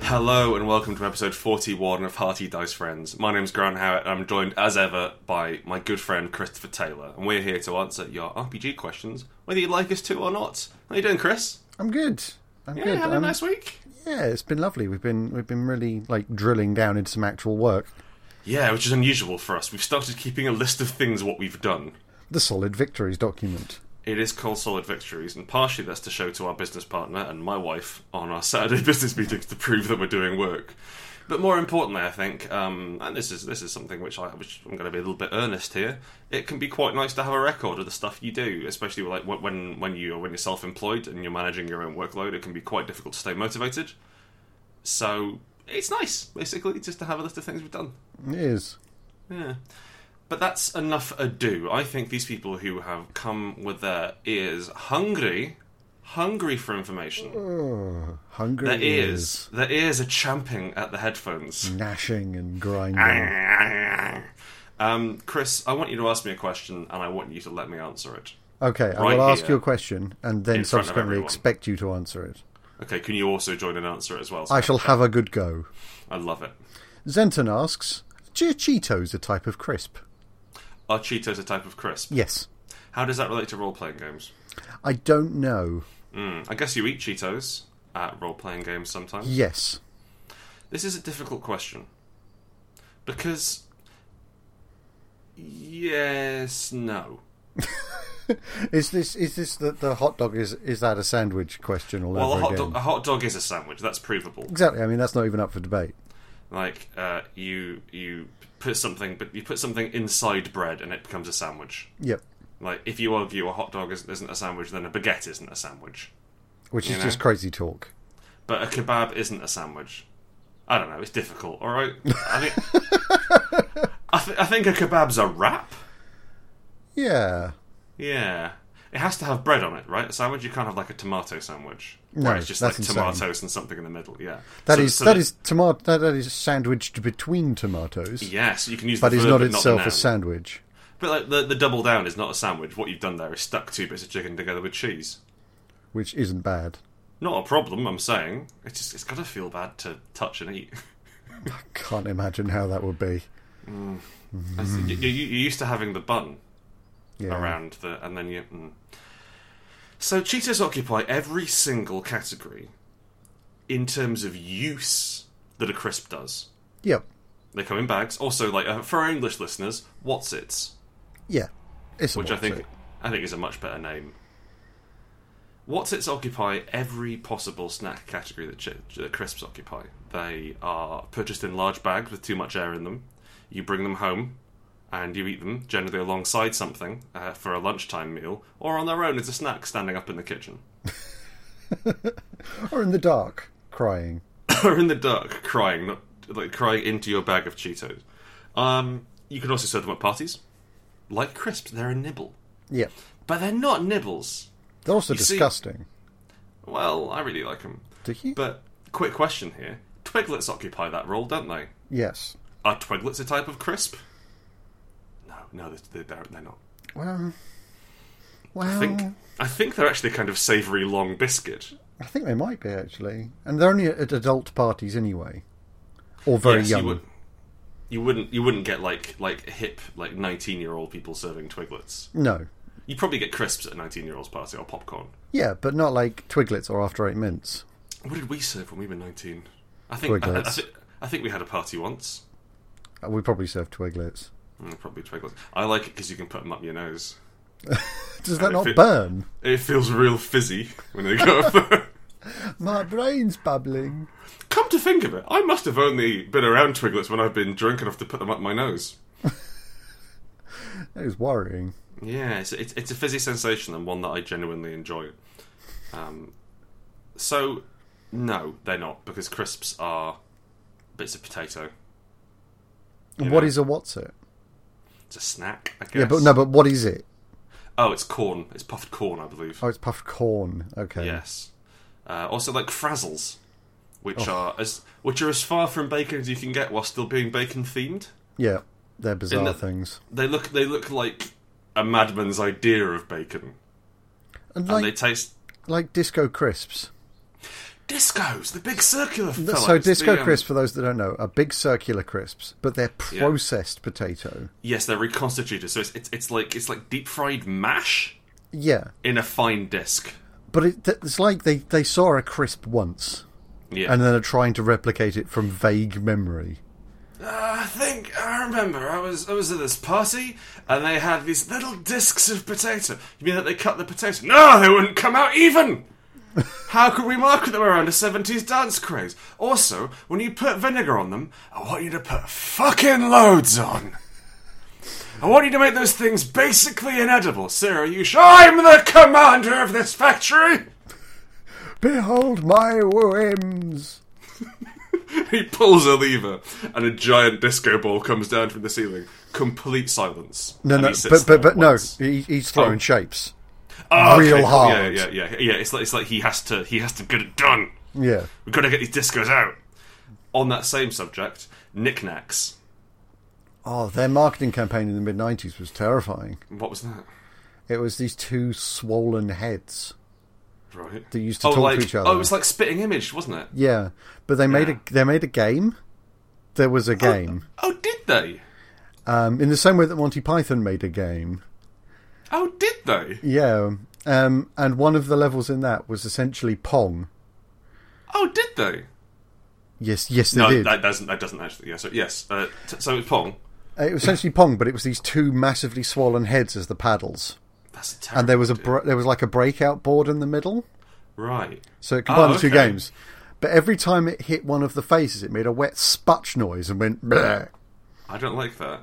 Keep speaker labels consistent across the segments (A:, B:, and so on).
A: Hello and welcome to episode 41 of Hearty Dice Friends. My name's Grant Howard and I'm joined as ever by my good friend Christopher Taylor. And we're here to answer your RPG questions, whether you'd like us to or not. How you doing, Chris?
B: I'm good. I'm
A: Yeah,
B: good.
A: having
B: Um,
A: a nice week?
B: Yeah, it's been lovely. We've been we've been really like drilling down into some actual work.
A: Yeah, which is unusual for us. We've started keeping a list of things what we've done.
B: The solid victories document.
A: It is called Solid Victories, and partially that's to show to our business partner and my wife on our Saturday business meetings to prove that we're doing work. But more importantly, I think, um, and this is this is something which I which I'm going to be a little bit earnest here. It can be quite nice to have a record of the stuff you do, especially like wh- when when you when you're self-employed and you're managing your own workload. It can be quite difficult to stay motivated. So it's nice, basically, just to have a list of things we've done.
B: It is.
A: Yeah. But that's enough ado. I think these people who have come with their ears hungry, hungry for information.
B: Oh, hungry
A: Their
B: ears.
A: ears, their ears are champing at the headphones.
B: Gnashing and
A: Ah,
B: grinding. Mm.
A: Um, Chris, I want you to ask me a question, and I want you to let me answer it.
B: Okay, I
A: Right
B: will ask
A: here.
B: you a question and then
A: In front of
B: subsequently
A: everyone.
B: expect you to answer it.
A: Okay, can you also join and answer it as well?
B: I shall have a good go.
A: I love it.
B: Zenton asks, "Are Cheetos a type of crisp?"
A: Are Cheetos a type of crisp?
B: Yes.
A: How does that relate to role-playing games?
B: I don't know.
A: Mm, I guess you eat Cheetos at role-playing games sometimes.
B: Yes.
A: This is a difficult question. Because. Yes, no.
B: Is this is this the, the hot dog is is that a sandwich question all
A: Well, a
B: over
A: hot,
B: again?
A: dog, a hot dog is a sandwich. That's provable.
B: Exactly. I mean, that's not even up for debate.
A: Like uh, you you put something, but you put something inside bread, and it becomes a sandwich.
B: Yep.
A: Like if you argue a hot dog isn't, isn't a sandwich, then a baguette isn't a sandwich.
B: Which is
A: You know?
B: just crazy talk.
A: But a kebab isn't a sandwich. I don't know. It's difficult. All right. I think I, th- I think a kebab's a wrap.
B: Yeah.
A: Yeah. It has to have bread on it, right? A sandwich, you can't have like a tomato sandwich.
B: No,
A: where it's just like
B: that's insane.
A: tomatoes and something in the middle, yeah.
B: that
A: So-
B: is
A: so
B: that is tomato that, that is sandwiched between tomatoes,
A: Yes, you can use
B: but
A: the
B: is
A: verb,
B: not
A: but
B: itself
A: not
B: a
A: a sandwich.
B: sandwich.
A: But like the, the double down is not a sandwich. What you've done there is stuck two bits of chicken together with cheese.
B: Which isn't bad.
A: Not a problem, I'm saying. It's just it's gotta feel bad to touch and eat.
B: I can't imagine how that would be.
A: That's- you, you, you're used to having the bun
B: Yeah.
A: around the, and then you. Mm. So cheetahs occupy every single category in terms of use that a crisp does.
B: Yep.
A: They come in bags. Also, like uh, for our English listeners, what's it's,
B: Yeah. It's a
A: which I
B: watch,
A: think
B: it.
A: I think is a much better name. What's it's occupy every possible snack category that, chi- that crisps occupy. They are purchased in large bags with too much air in them. You bring them home, and you eat them generally alongside something uh, for a lunchtime meal, or on their own as a snack, standing up in the kitchen
B: or in the dark crying.
A: or in the dark, crying, not like crying into your bag of Cheetos. Um, you can also serve them at parties, like crisps. They're a nibble.
B: Yep.
A: But they're not nibbles.
B: They're also
A: see-
B: disgusting.
A: Well, I really like them.
B: Do you?
A: But quick question here: Twiglets occupy that role, don't they?
B: yes.
A: Are twiglets a type of crisp? No, no, they're, they're, they're not.
B: Well. Well.
A: I
B: Oh.
A: think I think they're actually a kind of savoury long biscuit.
B: I think they might be actually, and they're only at adult parties anyway, or very
A: Yes,
B: young.
A: You, would, you wouldn't you wouldn't get like like hip like nineteen year old people serving twiglets.
B: No,
A: You probably get crisps at a nineteen year old's party or popcorn.
B: yeah, but not like Twiglets or After Eight Mints.
A: What did we serve when we were nineteen? I think I, I,
B: Twiglets.
A: thi- I think we had a party once.
B: Uh, We probably serve Twiglets.
A: Mm, probably twiglets. I like it because you can put them up your nose.
B: Does
A: Uh,
B: that not
A: if it-
B: burn?
A: It feels real fizzy when they go up.
B: My brain's bubbling.
A: Come to think of it, I must have only been around twiglets when I've been drunk enough to put them up my nose.
B: That is worrying.
A: Yeah, it's, it's, it's a fizzy sensation and one that I genuinely enjoy. Um, so, no, they're not, because crisps are bits of potato.
B: And
A: You
B: What
A: know.
B: is a what's it?
A: It's a snack, I guess.
B: Yeah, but no, but what is it?
A: Oh, it's corn. It's puffed corn, I believe.
B: Oh, it's puffed corn. Okay.
A: Yes. Uh, also, like frazzles, which
B: Oh.
A: are as which are as far from bacon as you can get while still being bacon themed.
B: Yeah, they're bizarre
A: the-
B: things.
A: They look they look like a madman's idea of bacon,
B: And
A: and
B: like
A: they taste
B: like disco crisps.
A: Discos, the big circular. Fellas,
B: so disco
A: the, um,
B: crisps, for those that don't know, are big circular crisps, but they're processed potato.
A: Yes, they're reconstituted. So it's, it's it's like it's like deep fried mash
B: Yeah,
A: in a fine disc.
B: but it, it's like they, they saw a crisp once
A: Yeah.
B: and then are trying to replicate it from vague memory.
A: Uh, I think I remember. I was I was at this party, and they had these little discs of potato. You mean that they cut the potato? No, they wouldn't come out even. How could we market them around a seventies dance craze? Also, when you put vinegar on them, I want you to put fucking loads on. I want you to make those things basically inedible. Sarah, you sh- I'm the commander of this factory.
B: Behold my whims.
A: He pulls a lever, and a giant disco ball comes down from the ceiling. Complete silence.
B: No,
A: And
B: no,
A: he sits
B: but but
A: there
B: but no,
A: once.
B: he, he's throwing
A: Oh.
B: shapes.
A: Oh,
B: real
A: cool.
B: hard.
A: Yeah, yeah, yeah, yeah. It's like it's like he has to he has to get it done.
B: Yeah.
A: We've got to get these discos out. On that same subject, knickknacks.
B: Oh, their marketing campaign in the mid '90s was terrifying.
A: What was that?
B: It was these two swollen heads
A: Right.
B: that used to
A: oh,
B: talk
A: like,
B: to each other.
A: Oh, it was like spitting image, wasn't it?
B: yeah, but they made a they made a game. There was a game
A: Oh, did they?
B: um, in the same way that Monty Python made a game.
A: Oh, did they?
B: Yeah, um, and one of the levels in that was essentially Pong.
A: Oh, did they?
B: Yes, yes, they
A: No,
B: did.
A: that doesn't. That doesn't actually. Yeah. So yes. Uh, t- so it's pong.
B: It was essentially Pong, but it was these two massively swollen heads as the paddles,
A: That's a
B: and there was a br- there was like a breakout board in the middle.
A: right.
B: So it combined
A: Oh,
B: the two
A: okay.
B: games. But every time it hit one of the faces, it made a wet sputch noise and went bleh.
A: I don't like that.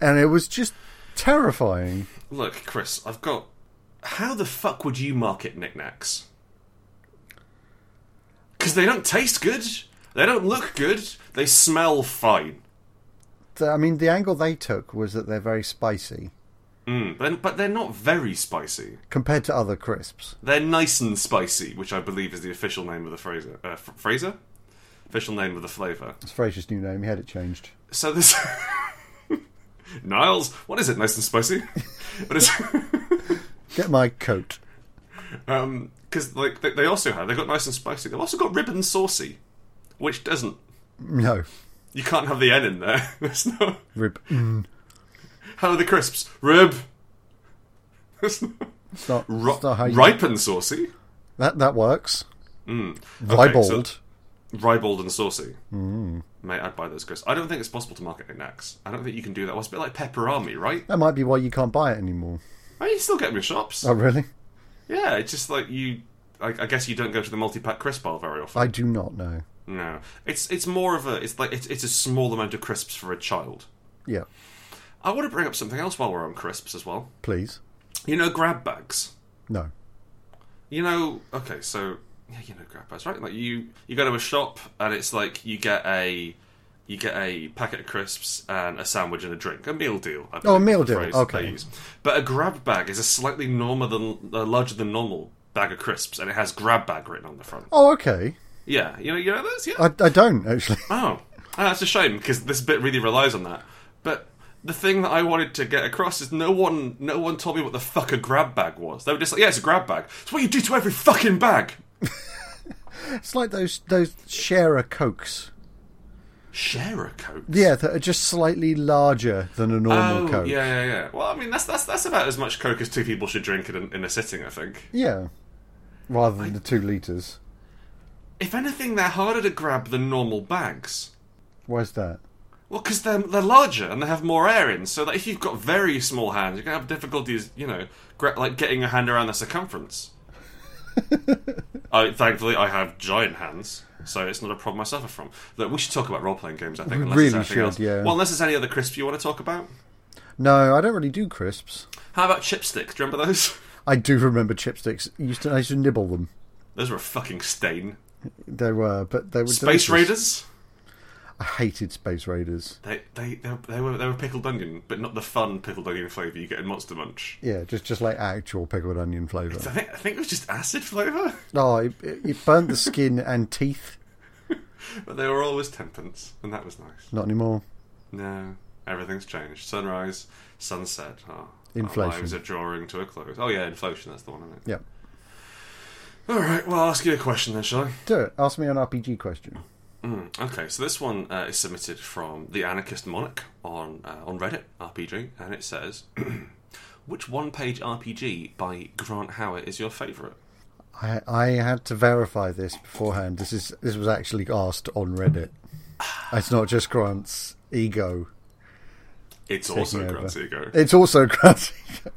B: And it was just terrifying.
A: Look, Chris, I've got. How the fuck would you market knickknacks? Because they don't taste good. They don't look good. They smell fine.
B: The- I mean, the angle they took was that they're very spicy
A: Mm, but- but they're not very spicy.
B: compared to other crisps.
A: They're nice and spicy, which I believe is the official name of the Fraser. Uh, F- Fraser? Official name of the flavour.
B: It's Fraser's new name. He had it changed.
A: So this. Niles? What is it, nice and spicy? but it's.
B: Get my coat.
A: Um 'cause because like they, they also have they've got nice and spicy. They've also got ribbon saucy, which doesn't
B: No.
A: You can't have the N in there. That's not.
B: Rib. Mm,
A: How are the crisps? Rib. That's not.
B: It's not,
A: Ri-
B: it's not how you...
A: ripe and saucy.
B: That, that works. Mm.
A: so- Ribald and saucy. Mm. Mate, I'd buy those crisps. I don't think it's possible to market knickknacks. I don't think you can do that. Well, it's a bit like pepperami, right?
B: That might be why you can't buy it anymore.
A: I mean, you still get them in shops.
B: Oh, really?
A: Yeah, it's just like you. I, I guess you don't go to the multi-pack crisp bar very often.
B: I do not know.
A: No, it's it's more of a. It's like it's, it's a small amount of crisps for a child.
B: Yeah.
A: I want to bring up something else while we're on crisps as well.
B: Please.
A: You know, grab bags.
B: No.
A: You know, okay, so yeah, you know, grab bags, right? Like you, you go to a shop and it's like you get a, you get a packet of crisps and a sandwich and a drink, a meal deal. I believe
B: Oh, a meal
A: is the
B: deal,
A: phrase that
B: okay.
A: they use. But a grab bag is a slightly normal than uh, larger than normal bag of crisps, and it has grab bag written on the front.
B: Oh, okay.
A: Yeah, you know, you know those. Yeah.
B: I, I don't, actually.
A: Oh, Ah, that's a shame because this bit really relies on that. But the thing that I wanted to get across is no one, no one told me what the fuck a grab bag was. They were just like, yeah, it's a grab bag. It's what you do to every fucking bag.
B: It's like those those sharer cokes.
A: Share a coke.
B: Yeah, that are just slightly larger than a normal
A: Oh,
B: coke.
A: yeah, yeah, yeah. Well, I mean, that's that's that's about as much coke as two people should drink in, a- in a sitting, I think.
B: Yeah. Rather than the two liters.
A: If anything, they're harder to grab than normal bags.
B: Why's that?
A: Well, because they're they're larger and they have more air in, so that if you've got very small hands, you're gonna have difficulties, you know, gra- like getting your hand around the circumference. I thankfully I have giant hands, so it's not a problem I suffer from. Look, we should talk about role playing games. I think unless there's
B: really
A: anything
B: should,
A: else.
B: yeah.
A: Well, unless there's any other crisp you want to talk about.
B: No, I don't really do crisps.
A: How about chipsticks? Do you remember those?
B: I do remember chipsticks. I used to I used to nibble them.
A: Those were a fucking stain.
B: They were, but they were
A: Space
B: delicious.
A: Raiders.
B: I hated Space Raiders.
A: They, they they they were they were pickled onion, but not the fun pickled onion flavour you get in Monster Munch.
B: Yeah, just just like actual pickled onion flavour.
A: I think I think it was just acid flavour,
B: No, it, it, it burnt the skin and teeth.
A: but they were always tenpence, and that was nice.
B: Not anymore.
A: No, everything's changed. Sunrise, sunset. Oh,
B: Inflation.
A: Our lives are drawing to a close. Oh yeah, inflation. That's the one. Isn't it?
B: Yeah.
A: All right, well, I'll ask you a question then, shall I?
B: Do it. Ask me an RPG question.
A: Mm, okay, so this one uh, is submitted from the Anarchist Monarch on uh, on Reddit RPG, and it says, "Which one-page RPG by Grant Howard is your favourite?"
B: I, I had to verify this beforehand. This is this was actually asked on Reddit. it's not just Grant's ego.
A: It's
B: taking
A: also
B: over.
A: Grant's ego.
B: It's also Grant's ego.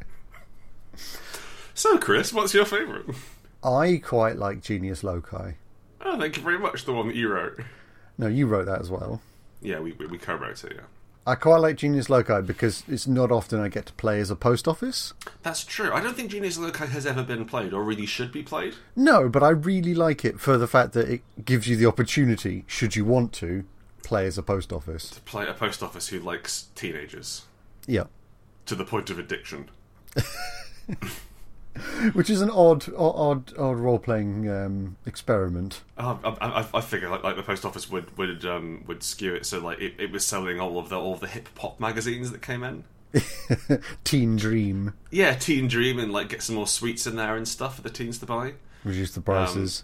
A: So, Chris, what's your favourite?
B: I quite like Genius Loci.
A: Oh, thank you very much. The one that you wrote.
B: No, you wrote that as well.
A: Yeah, we we, we co-wrote it. Yeah,
B: I quite like Genius Loci because it's not often I get to play as a post office.
A: that's true. I don't think Genius Loci has ever been played, or really should be played.
B: No, but I really like it for the fact that it gives you the opportunity, should you want to, play as a post office.
A: Play a post office who likes teenagers
B: Yeah.
A: to the point of addiction.
B: Which is an odd, o- odd, odd role playing um, experiment.
A: Oh, I, I, I- I figure like, like the post office would would um, would skew it so like it, it was selling all of the all the hip hop magazines that came in.
B: Teen Dream,
A: Yeah, Teen Dream and like get some more sweets in there and stuff for the teens to buy.
B: reduce the prices.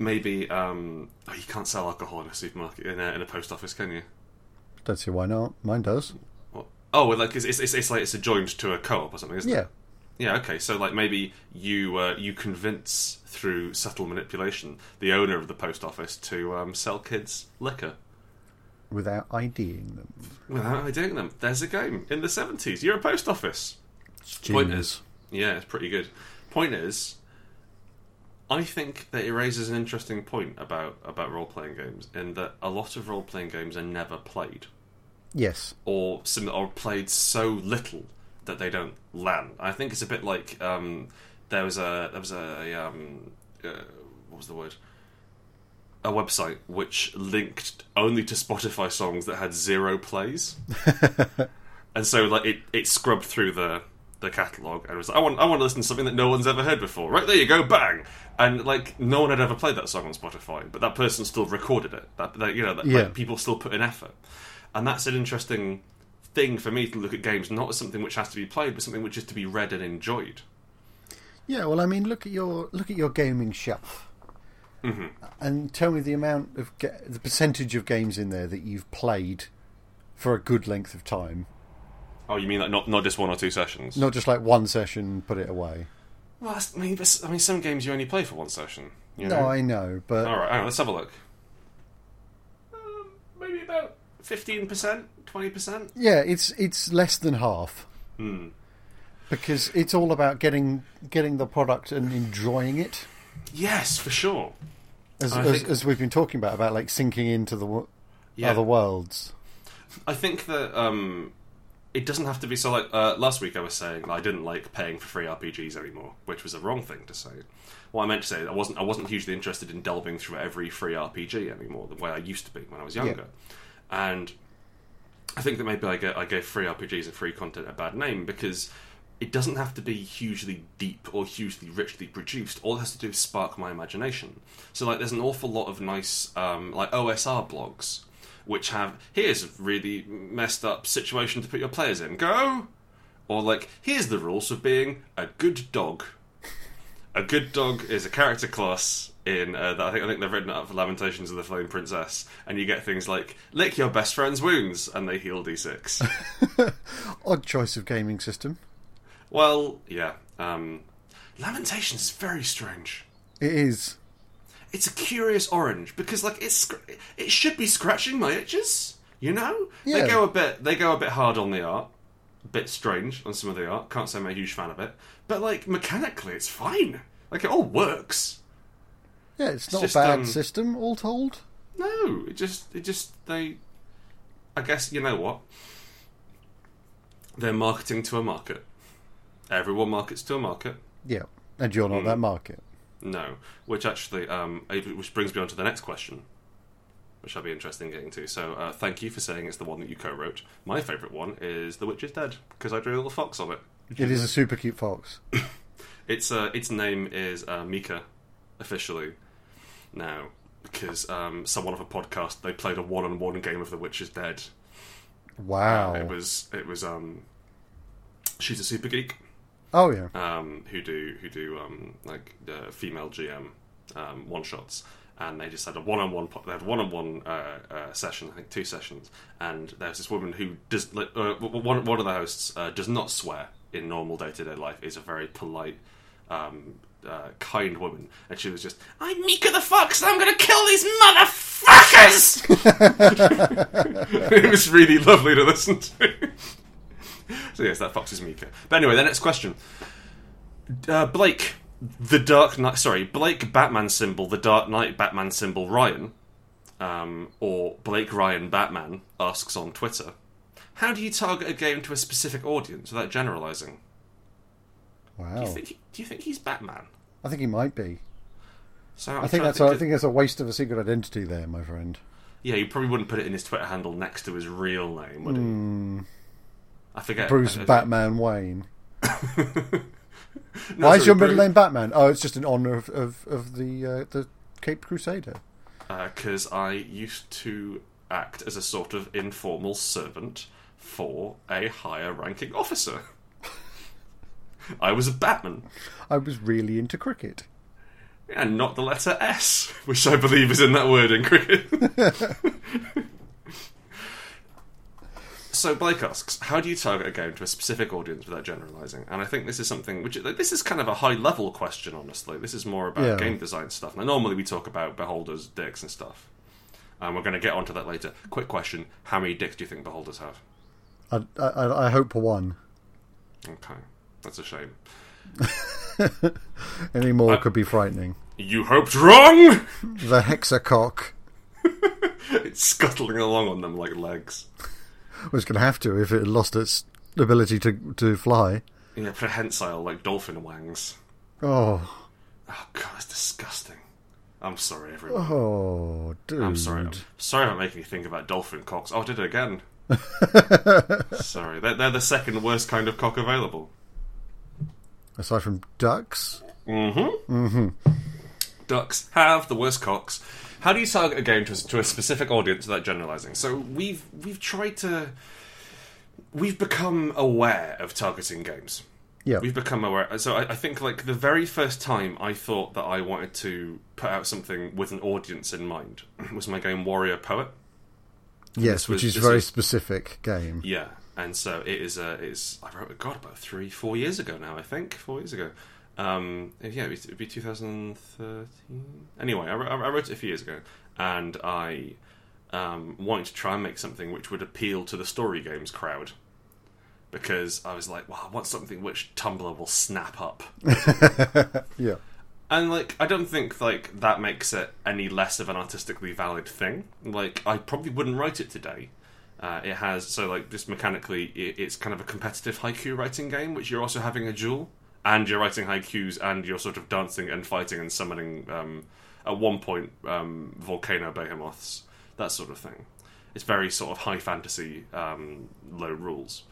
A: Maybe um, oh, you can't sell alcohol in a supermarket in a, in a post office, can you?
B: Don't see why not. Mine does.
A: What? Oh, well, like it's, it's, it's, it's like it's adjoined to a co-op or something, isn't
B: Yeah.
A: it? Yeah. Okay. So like maybe you uh, you convince through subtle manipulation the owner of the post office to um, sell kids liquor.
B: Without IDing them.
A: Without IDing them, there's a game in the seventies. You're a post office.
B: It's
A: Point
B: genius.
A: is, yeah, it's pretty good. Point is, I think that it raises an interesting point about about role playing games in that a lot of role playing games are never played
B: Yes.
A: or some or played so little that they don't land. I think it's a bit like um, there was a there was a um, uh, what was the word a website which linked only to Spotify songs that had zero plays, and so like it, it scrubbed through the the catalog and was like I want I want to listen to something that no one's ever heard before. Right there you go, bang! And like no one had ever played that song on Spotify, but that person still recorded it. That, that you know that
B: Yeah.
A: like, people still put in effort, and that's an interesting thing for me to look at games not as something which has to be played, but something which is to be read and enjoyed.
B: Yeah, well, I mean, look at your look at your gaming shelf,
A: Mm-hmm.
B: and tell me the amount of ga- the percentage of games in there that you've played for a good length of time,
A: Oh, you mean like not not just one or two sessions?
B: not just like one session, put it away.
A: Well, that's, I mean, that's- I mean, some games you only play for one session. You know?
B: No, I know, but
A: All right, hang on, let's have a look. Um, maybe about fifteen percent, twenty percent.
B: yeah, it's it's less than half
A: Hmm.
B: because it's all about getting getting the product and enjoying it,
A: Yes, for sure.
B: as
A: I
B: as,
A: think-
B: as we've been talking about about like sinking into the wo-
A: Yeah,
B: other worlds.
A: I think that um, it doesn't have to be so. Like uh, last week, I was saying that I didn't like paying for free RPGs anymore, which was a wrong thing to say. What I meant to say, is I wasn't. I wasn't hugely interested in delving through every free RPG anymore the way I used to be when I was younger, and I think that maybe I gave, I gave free RPGs and free content a bad name because it doesn't have to be hugely deep or hugely richly produced. All it has to do is spark my imagination. So like, there's an awful lot of nice um, like OSR blogs which have here's a really messed up situation to put your players in. Go, or like here's the rules for being a good dog. A good dog is a character class in uh, that I think I think they've written it up for Lamentations of the Flame Princess, and you get things like lick your best friend's wounds, and they heal d6.
B: Odd choice of gaming system.
A: well, yeah, um, Lamentations is very strange.
B: It is.
A: It's a curious orange because like it's scr- it should be scratching my itches, you know.
B: Yeah.
A: They go a bit they go a bit hard on the art, a bit strange on some of the art. Can't say I'm a huge fan of it, but like mechanically, it's fine. Like it all works.
B: Yeah, it's not
A: just,
B: a bad
A: um,
B: system, all told.
A: No, it just it just they I guess you know what? They're marketing to a market. Everyone markets to a market.
B: Yeah, and you're
A: Hmm.
B: not that market.
A: No, which actually um which brings me on to the next question. Which I'll be interested in getting to. So, uh, thank you for saying it's the one that you co-wrote. My favourite one is "The Witch is Dead" because I drew a little fox on it.
B: It is a super cute fox.
A: Its uh, its name is uh, Mika, officially now, because um, someone of a podcast they played a one-on-one game of "The Witch is Dead,"
B: Wow.
A: It was it was um she's a super geek
B: Oh yeah.
A: um, who do who do um, like uh, female GM um, one shots, and they just had a one on one. They had one on one session, I think two sessions, and there's this woman who does like, uh, w- w- one one of the hosts uh, does not swear in normal day to day life. Is a very polite. Um, uh, kind woman, and she was just, "I'm Mika the Fox, and I'm gonna kill these motherfuckers." it was really lovely to listen to. So yes, that fox is Mika. But anyway, the next question. Uh, Blake, the Dark Knight. Sorry, Blake Batman symbol, the Dark Knight Batman symbol Ryan, um, or Blake Ryan Batman asks on Twitter, how do you target a game to a specific audience without generalizing? Do you
B: Wow.
A: think he- do you think he's Batman?
B: I think he might be.
A: So I'm
B: I think
A: trying
B: that's
A: to
B: a,
A: think
B: I think that's a waste of a secret identity there, my friend.
A: Yeah, you probably wouldn't put it in his Twitter handle next to his real name, would you? I forget.
B: Hmm. Bruce
A: I- I-
B: Batman Wayne.
A: No,
B: Why is
A: sorry,
B: your middle
A: Bru-
B: name Batman? Oh, it's just in honor of of, of the uh, the Cape Crusader.
A: because uh, I used to act as a sort of informal servant for a higher ranking officer. I was a Batman,
B: I was really into cricket.
A: and not the letter S, which I believe is in that word in cricket. so Blake asks, how do you target a game to a specific audience without generalizing? And I think this is something which like, this is kind of a high level question, honestly. This is more about
B: Yeah.
A: game design stuff. Now, normally we talk about beholders, dicks, and stuff. And we're going to get onto that later. Quick question: How many dicks do you think beholders have?
B: I I, I hope for one.
A: Okay, that's a shame.
B: Any more could be frightening.
A: You hoped wrong.
B: The hexacock
A: it's scuttling along on them like legs.
B: was going to have to if it had lost its ability to to fly.
A: Yeah, prehensile like dolphin wangs.
B: Oh,
A: Oh god, that's disgusting. I'm sorry, everyone.
B: oh, dude.
A: I'm sorry. I'm sorry about making you think about dolphin cocks. Oh, I did it again. sorry, they're, they're the second worst kind of cock available.
B: Aside from ducks,
A: Ducks have the worst cocks. How do you target a game to a, to a specific audience without generalizing? So we've we've tried to we've become aware of targeting games.
B: yeah,
A: We've become aware. So I, I think like the very first time I thought that I wanted to put out something with an audience in mind was my game Warrior Poet.
B: yes,
A: was-
B: which is
A: this
B: very
A: is-
B: specific game.
A: Yeah, and so it is. Uh, it's I wrote it. God, about three, four years ago now. I think four years ago. Um, yeah, it'd be, it'd be 2013. Anyway, I, wrote- I wrote it a few years ago, and I um, wanted to try and make something which would appeal to the story games crowd. Because I was like, well, I want something which Tumblr will snap up.
B: Yeah,
A: And like, I don't think like that makes it any less of an artistically valid thing. Like, I probably wouldn't write it today. Uh, it has so like just mechanically, it, it's kind of a competitive haiku writing game, which you're also having a duel, and you're writing haikus, and you're sort of dancing and fighting and summoning. Um, at one point, um, volcano behemoths, that sort of thing. It's very sort of high fantasy, um, low rules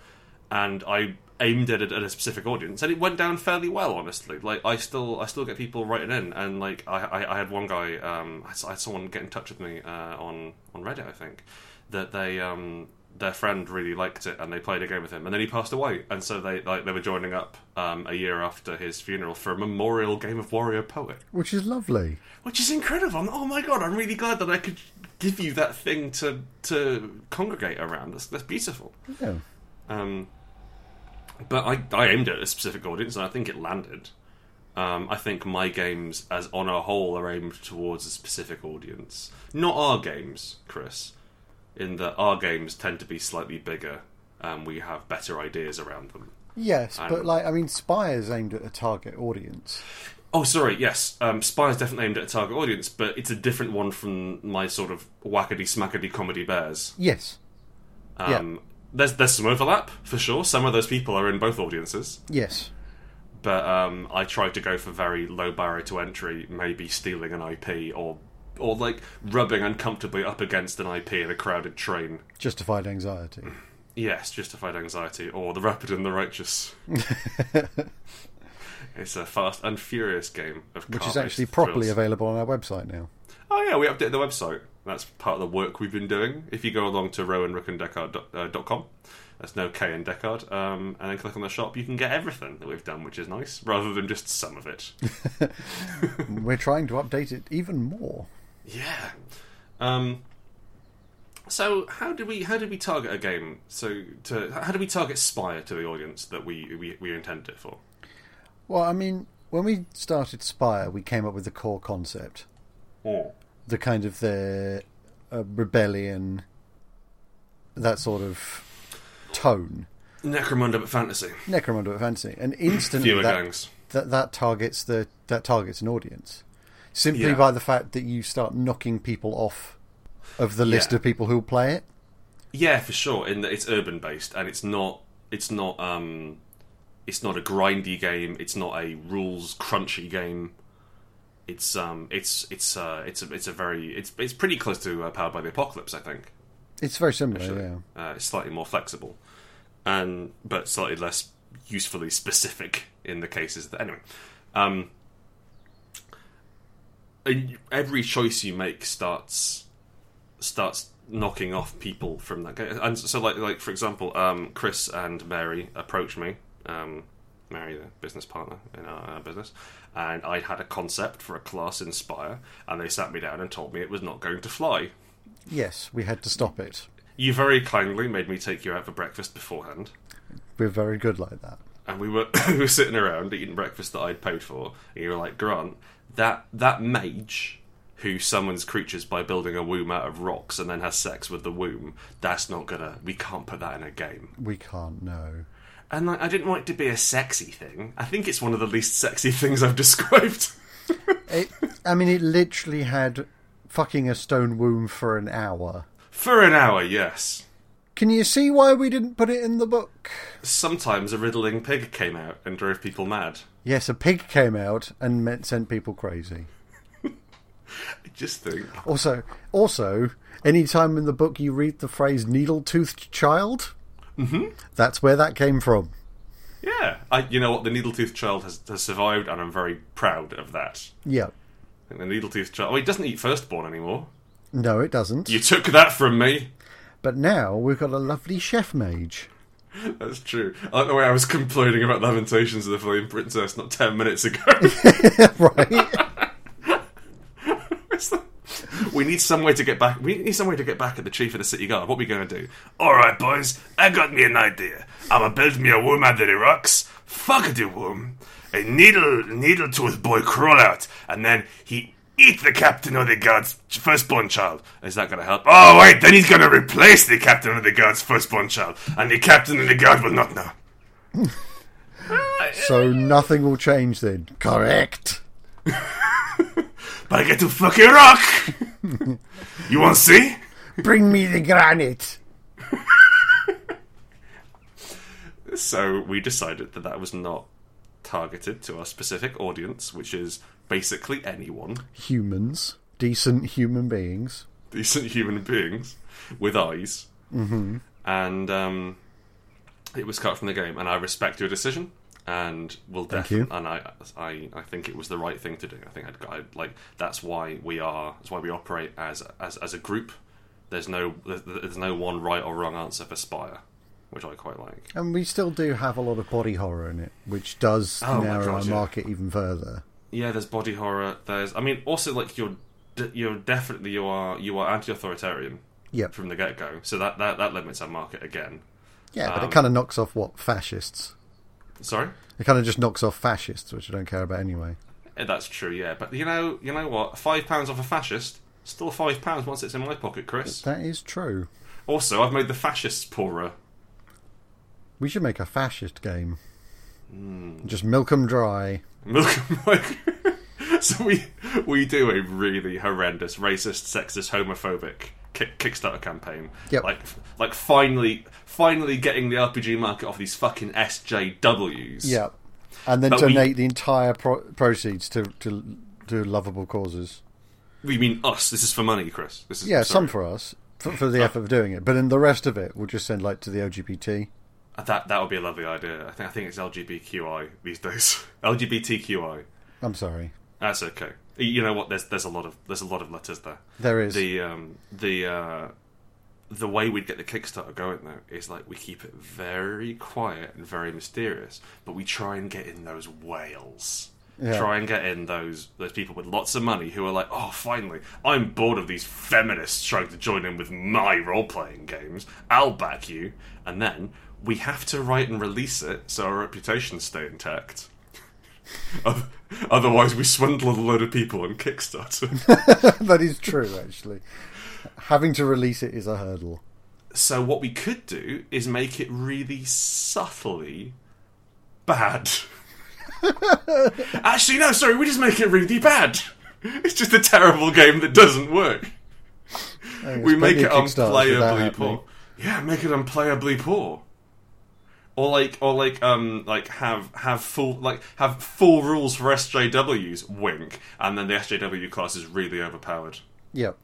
A: and I aimed at it at a specific audience, and it went down fairly well. Honestly, like I still I still get people writing in, and like I I, I had one guy um I, s- I had someone get in touch with me uh, on on Reddit I think that they um their friend really liked it and they played a game with him and then he passed away and so they like they were joining up um a year after his funeral for a memorial game of warrior poet
B: which is lovely.
A: which is incredible I'm- oh my god i'm really glad that i could give you that thing to to congregate around that's that's beautiful
B: Yeah,
A: um, but I, I aimed at a specific audience, and I think it landed. Um, I think my games, as on a whole, are aimed towards a specific audience. Not our games, Chris, in that our games tend to be slightly bigger, and we have better ideas around them.
B: yes, but
A: I'm-
B: like I mean, Spire's aimed at a target audience.
A: Oh, sorry, yes. Um, Spy is definitely aimed at a target audience, but it's a different one from my sort of wackety smackety comedy bears.
B: Yes, Yeah.
A: Um, There's there's some overlap for sure. Some of those people are in both audiences.
B: yes,
A: but um, I tried to go for very low barrier to entry, maybe stealing an IP or or like rubbing uncomfortably up against an IP in a crowded train.
B: justified anxiety.
A: Yes, justified anxiety or the rapid and the righteous. it's a fast and furious game of
B: which is
A: car-based
B: actually properly
A: thrills.
B: available on our website now.
A: Oh yeah, we updated the website. uh, That's part of the work we've been doing. If you go along to rowanrookanddeckard.com, There's no K in Deckard. Um, and then click on the shop. You can get everything that we've done, which is nice, rather than just some of it.
B: We're trying to update it even more.
A: Yeah. Um, so how do we how do we target a game? So to how do we target Spire to the audience that we we, we intended it for?
B: Well, I mean, when we started Spire, we came up with the core concept,
A: Or
B: the kind of the uh, rebellion, that sort of tone.
A: Necromunda but fantasy.
B: Necromunda fantasy, and instantly
A: Fewer
B: that,
A: gangs.
B: that that targets the that targets an audience simply
A: Yeah.
B: by the fact that you start knocking people off of the list
A: Yeah.
B: of people who play it.
A: Yeah, for sure. In that it's urban based and it's not it's not um it's not a grindy game. It's not a rules crunchy game. It's um it's it's uh it's a it's a very it's it's pretty close to uh, Powered by the Apocalypse, I think.
B: It's very similar,
A: actually.
B: yeah.
A: Uh, it's slightly more flexible, and but slightly less usefully specific in the cases that anyway. Um, and you- every choice you make starts starts knocking off people from that game. And so, like like for example, um, Chris and Mary approached me. Um, Mary, the business partner in our uh, business, and I had a concept for a class in Spire, and they sat me down and told me it was not going to fly.
B: Yes, we had to stop it.
A: You very kindly made me take you out for breakfast beforehand,
B: We're very good like that.
A: and we were we were sitting around eating breakfast that I'd paid for, and you were like, "Grant, that that mage who summons creatures by building a womb out of rocks and then has sex with the womb, that's not gonna. We can't put that in a game."
B: We can't know.
A: And like, I didn't want it to be a sexy thing. I think it's one of the least sexy things I've described.
B: It, I mean, it literally had fucking a stone womb for an hour.
A: for an hour, yes.
B: Can you see why we didn't put it in the book?
A: Sometimes a riddling pig came out and drove people mad.
B: Yes, a pig came out and meant, sent people crazy.
A: I just think
B: Also, also, any time in the book you read the phrase "needle-toothed child," mm-hmm. that's where that came from.
A: Yeah, I, you know what? The Needletooth Child has, has survived, and I'm very proud of that.
B: Yeah,
A: And the Needletooth Child. Oh, he doesn't eat firstborn anymore.
B: no, it doesn't.
A: You took that from me.
B: But now we've got a lovely chef mage.
A: That's true. I like the way I was complaining about Lamentations of the Flame Princess not ten minutes ago.
B: right?
A: It's like, we need some way to get back. We need some way to get back at the chief of the city guard. What are we going to do? All right, boys. I got me an idea. I'ma build me a womb out of the rocks. Fuck the womb. A needle, needle tooth boy crawl out, and then he eat the captain of the guard's firstborn child. Is that going to help? Oh wait, then he's going to replace the captain of the guard's firstborn child, and the captain of the guard will not know.
B: so nothing will change then. Correct.
A: But I get to fucking rock. you want to see?
B: Bring me the granite.
A: So we decided that that was not targeted to our specific audience, which is basically anyone,
B: Humans, decent human beings.
A: decent human beings with eyes. Mm-hmm. And um, it was cut from the game, and I respect your decision. And will
B: you.
A: definitely, and I, I, I think it was the right thing to do. I think I'd, I like that's why we are, that's why we operate as as as a group. There's no there's, there's no one right or wrong answer for Spire, which I quite like.
B: And we still do have a lot of body horror in it, which does
A: Oh my
B: narrow
A: God,
B: our
A: yeah.
B: market even further.
A: yeah there's body horror there's i mean also like you're de- you're definitely you are you are anti-authoritarian
B: Yep.
A: from the get-go so that that, that limits our market again
B: Yeah, but
A: Um,
B: it kind of knocks off what? Fascists.
A: sorry
B: It kind of just knocks off fascists, which I don't care about anyway.
A: Eh, that's true yeah but you know you know what five pounds off a fascist still five pounds once it's in my pocket chris
B: That is true.
A: also i've made the fascists poorer
B: We should make a fascist game.
A: Hmm.
B: Just milk 'em dry.
A: milk and milk so we we do a really horrendous racist sexist homophobic kick, kickstarter campaign
B: Yep.
A: like like finally finally getting the rpg market off these fucking sjws
B: Yeah, and then
A: But we-
B: donate the entire pro- proceeds to, to to lovable causes.
A: You mean us? This is for money, Chris. This is
B: Yeah,
A: sorry. Uh.
B: some for us for, for the effort of doing it, but then the rest of it we'll just send like to the LGBT.
A: that that would be a lovely idea. I think I think it's LGBTQI these days. LGBTQI.
B: I'm sorry,
A: That's okay. You know what? There's there's a lot of there's a lot of letters there.
B: there is
A: The um the um, uh the way we'd get the Kickstarter going though is like we keep it very quiet and very mysterious, but we try and get in those whales.
B: Yeah.
A: Try and get in those those people with lots of money who are like, oh, finally, I'm bored of these feminists trying to join in with my role playing games. I'll back you, and then we have to write and release it so our reputations stay intact. Oth- Otherwise, we swindle a load of people on Kickstarter.
B: that is true, actually. Having to release it is a hurdle.
A: So what we could do is make it really subtly bad. Actually, no, sorry, we just make it really bad. It's just a terrible game that doesn't work.
B: There's
A: we make
B: plenty
A: it
B: of Kickstarters
A: unplayably
B: without happening.
A: poor. Yeah, make it unplayably poor. Or like, or like, um, like have have full like have full rules for SJWs. Wink, and then the SJW class is really overpowered.
B: Yep.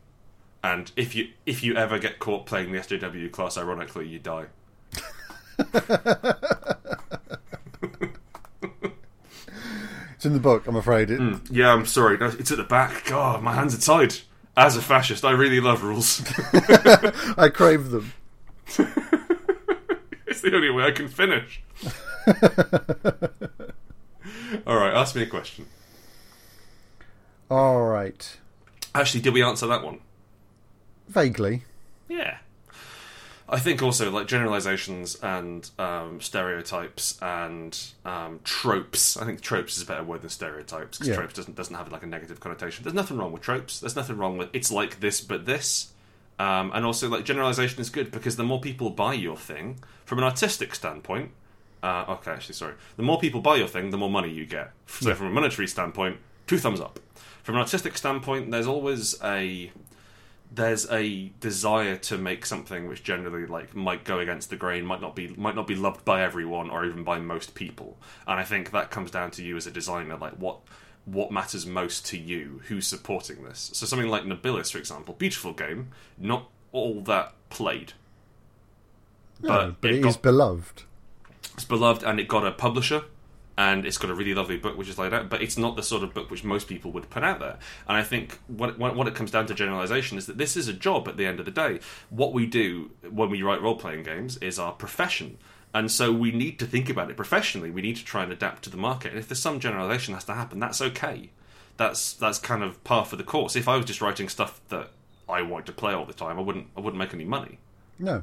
A: And if you if you ever get caught playing the SJW class, ironically, you die.
B: It's in the book, I'm afraid. It,
A: Yeah, I'm sorry. No, It's at the back. God, my hands are tied. As a fascist, I really love rules.
B: I crave them.
A: it's the only way I can finish. All right, ask me a question.
B: All right.
A: Actually, did we answer that one?
B: Vaguely.
A: Yeah. I think also like generalizations and um, stereotypes and um, tropes. I think tropes is a better word than stereotypes because
B: Yeah.
A: tropes doesn't doesn't have like a negative connotation. There's nothing wrong with tropes. There's nothing wrong with it's like this but this. Um, and also like generalization is good because the more people buy your thing from an artistic standpoint. Uh, okay, actually, sorry. The more people buy your thing, the more money you get. So from a monetary standpoint, two thumbs up. From an artistic standpoint, there's always a there's a desire to make something which generally like might go against the grain, might not be might not be loved by everyone or even by most people. And I think that comes down to you as a designer, like what what matters most to you, who's supporting this. So something like Nobilis, for example, beautiful game, not all that played.
B: No, but it is
A: got-
B: beloved.
A: it's beloved and it got a publisher and it's got a really lovely book which is laid out but it's not the sort of book which most people would put out there and i think what, what, what it comes down to generalization is that this is a job at the end of the day what we do when we write role-playing games is our profession and so we need to think about it professionally we need to try and adapt to the market and if there's some generalization has to happen that's okay that's that's kind of par for the course if i was just writing stuff that i wanted to play all the time i wouldn't i wouldn't make any money
B: No.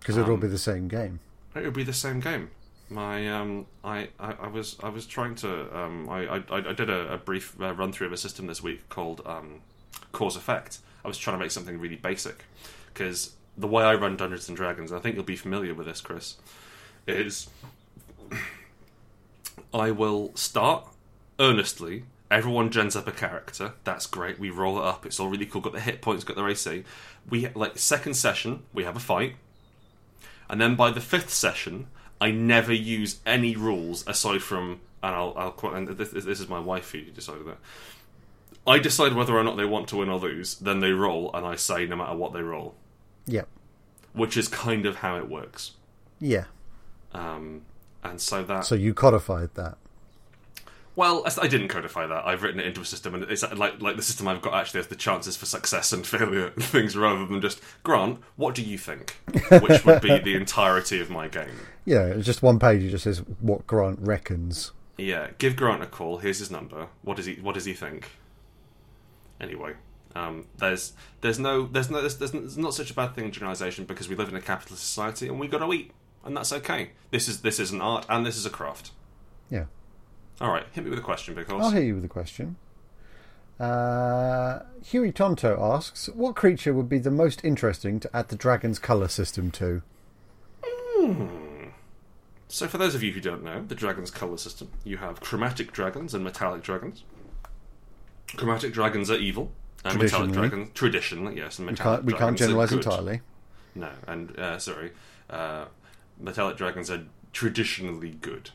B: Because it'll
A: Um.
B: all be the same game.
A: it would be the same game. My um, I, I, I was I was trying to um, I, I I did a, a brief uh, run through of a system this week called um, cause effect. I was trying to make something really basic because the way I run Dungeons and Dragons, I think you'll be familiar with this, Chris, is I will start earnestly. Everyone gens up a character. That's great. We roll it up. It's all really cool. Got the hit points. Got their AC. We like second session. We have a fight. And then by the fifth session, I never use any rules aside from, and I'll, I'll quote, and this, this is my wife who decided that. I decide whether or not they want to win or lose, then they roll, and I say no matter what they roll,
B: Yep.
A: which is kind of how it works.
B: Yeah.
A: Um, and so that.
B: So you codified that.
A: well, I I didn't codify that. I've written it into a system, and it's like like the system I've got actually has the chances for success and failure and things rather than just Grant. What do you think? Which would be the entirety of my game.
B: Yeah, it's just one page. It just says what Grant reckons.
A: Yeah, give Grant a call. Here's his number. What does he What does he think? Anyway, um, there's there's no there's no there's, there's, there's not such a bad thing in generalization because we live in a capitalist society and we got to eat and that's okay. This is this is an art and this is a craft.
B: Yeah.
A: All right, hit me with a question because
B: I'll hear you with a question. Uh, Huey Tonto asks, what creature would be the most interesting to add the dragon's colour system to?
A: So, for those of you who don't know, the dragon's colour system, you have chromatic dragons and metallic dragons. Chromatic dragons are evil, and metallic
B: Traditionally.
A: dragons, traditionally, yes, and
B: We
A: metallic
B: can't, we can't
A: Ah, dragons are
B: generalise
A: good.
B: entirely.
A: No, and uh, sorry, uh, metallic dragons are traditionally good.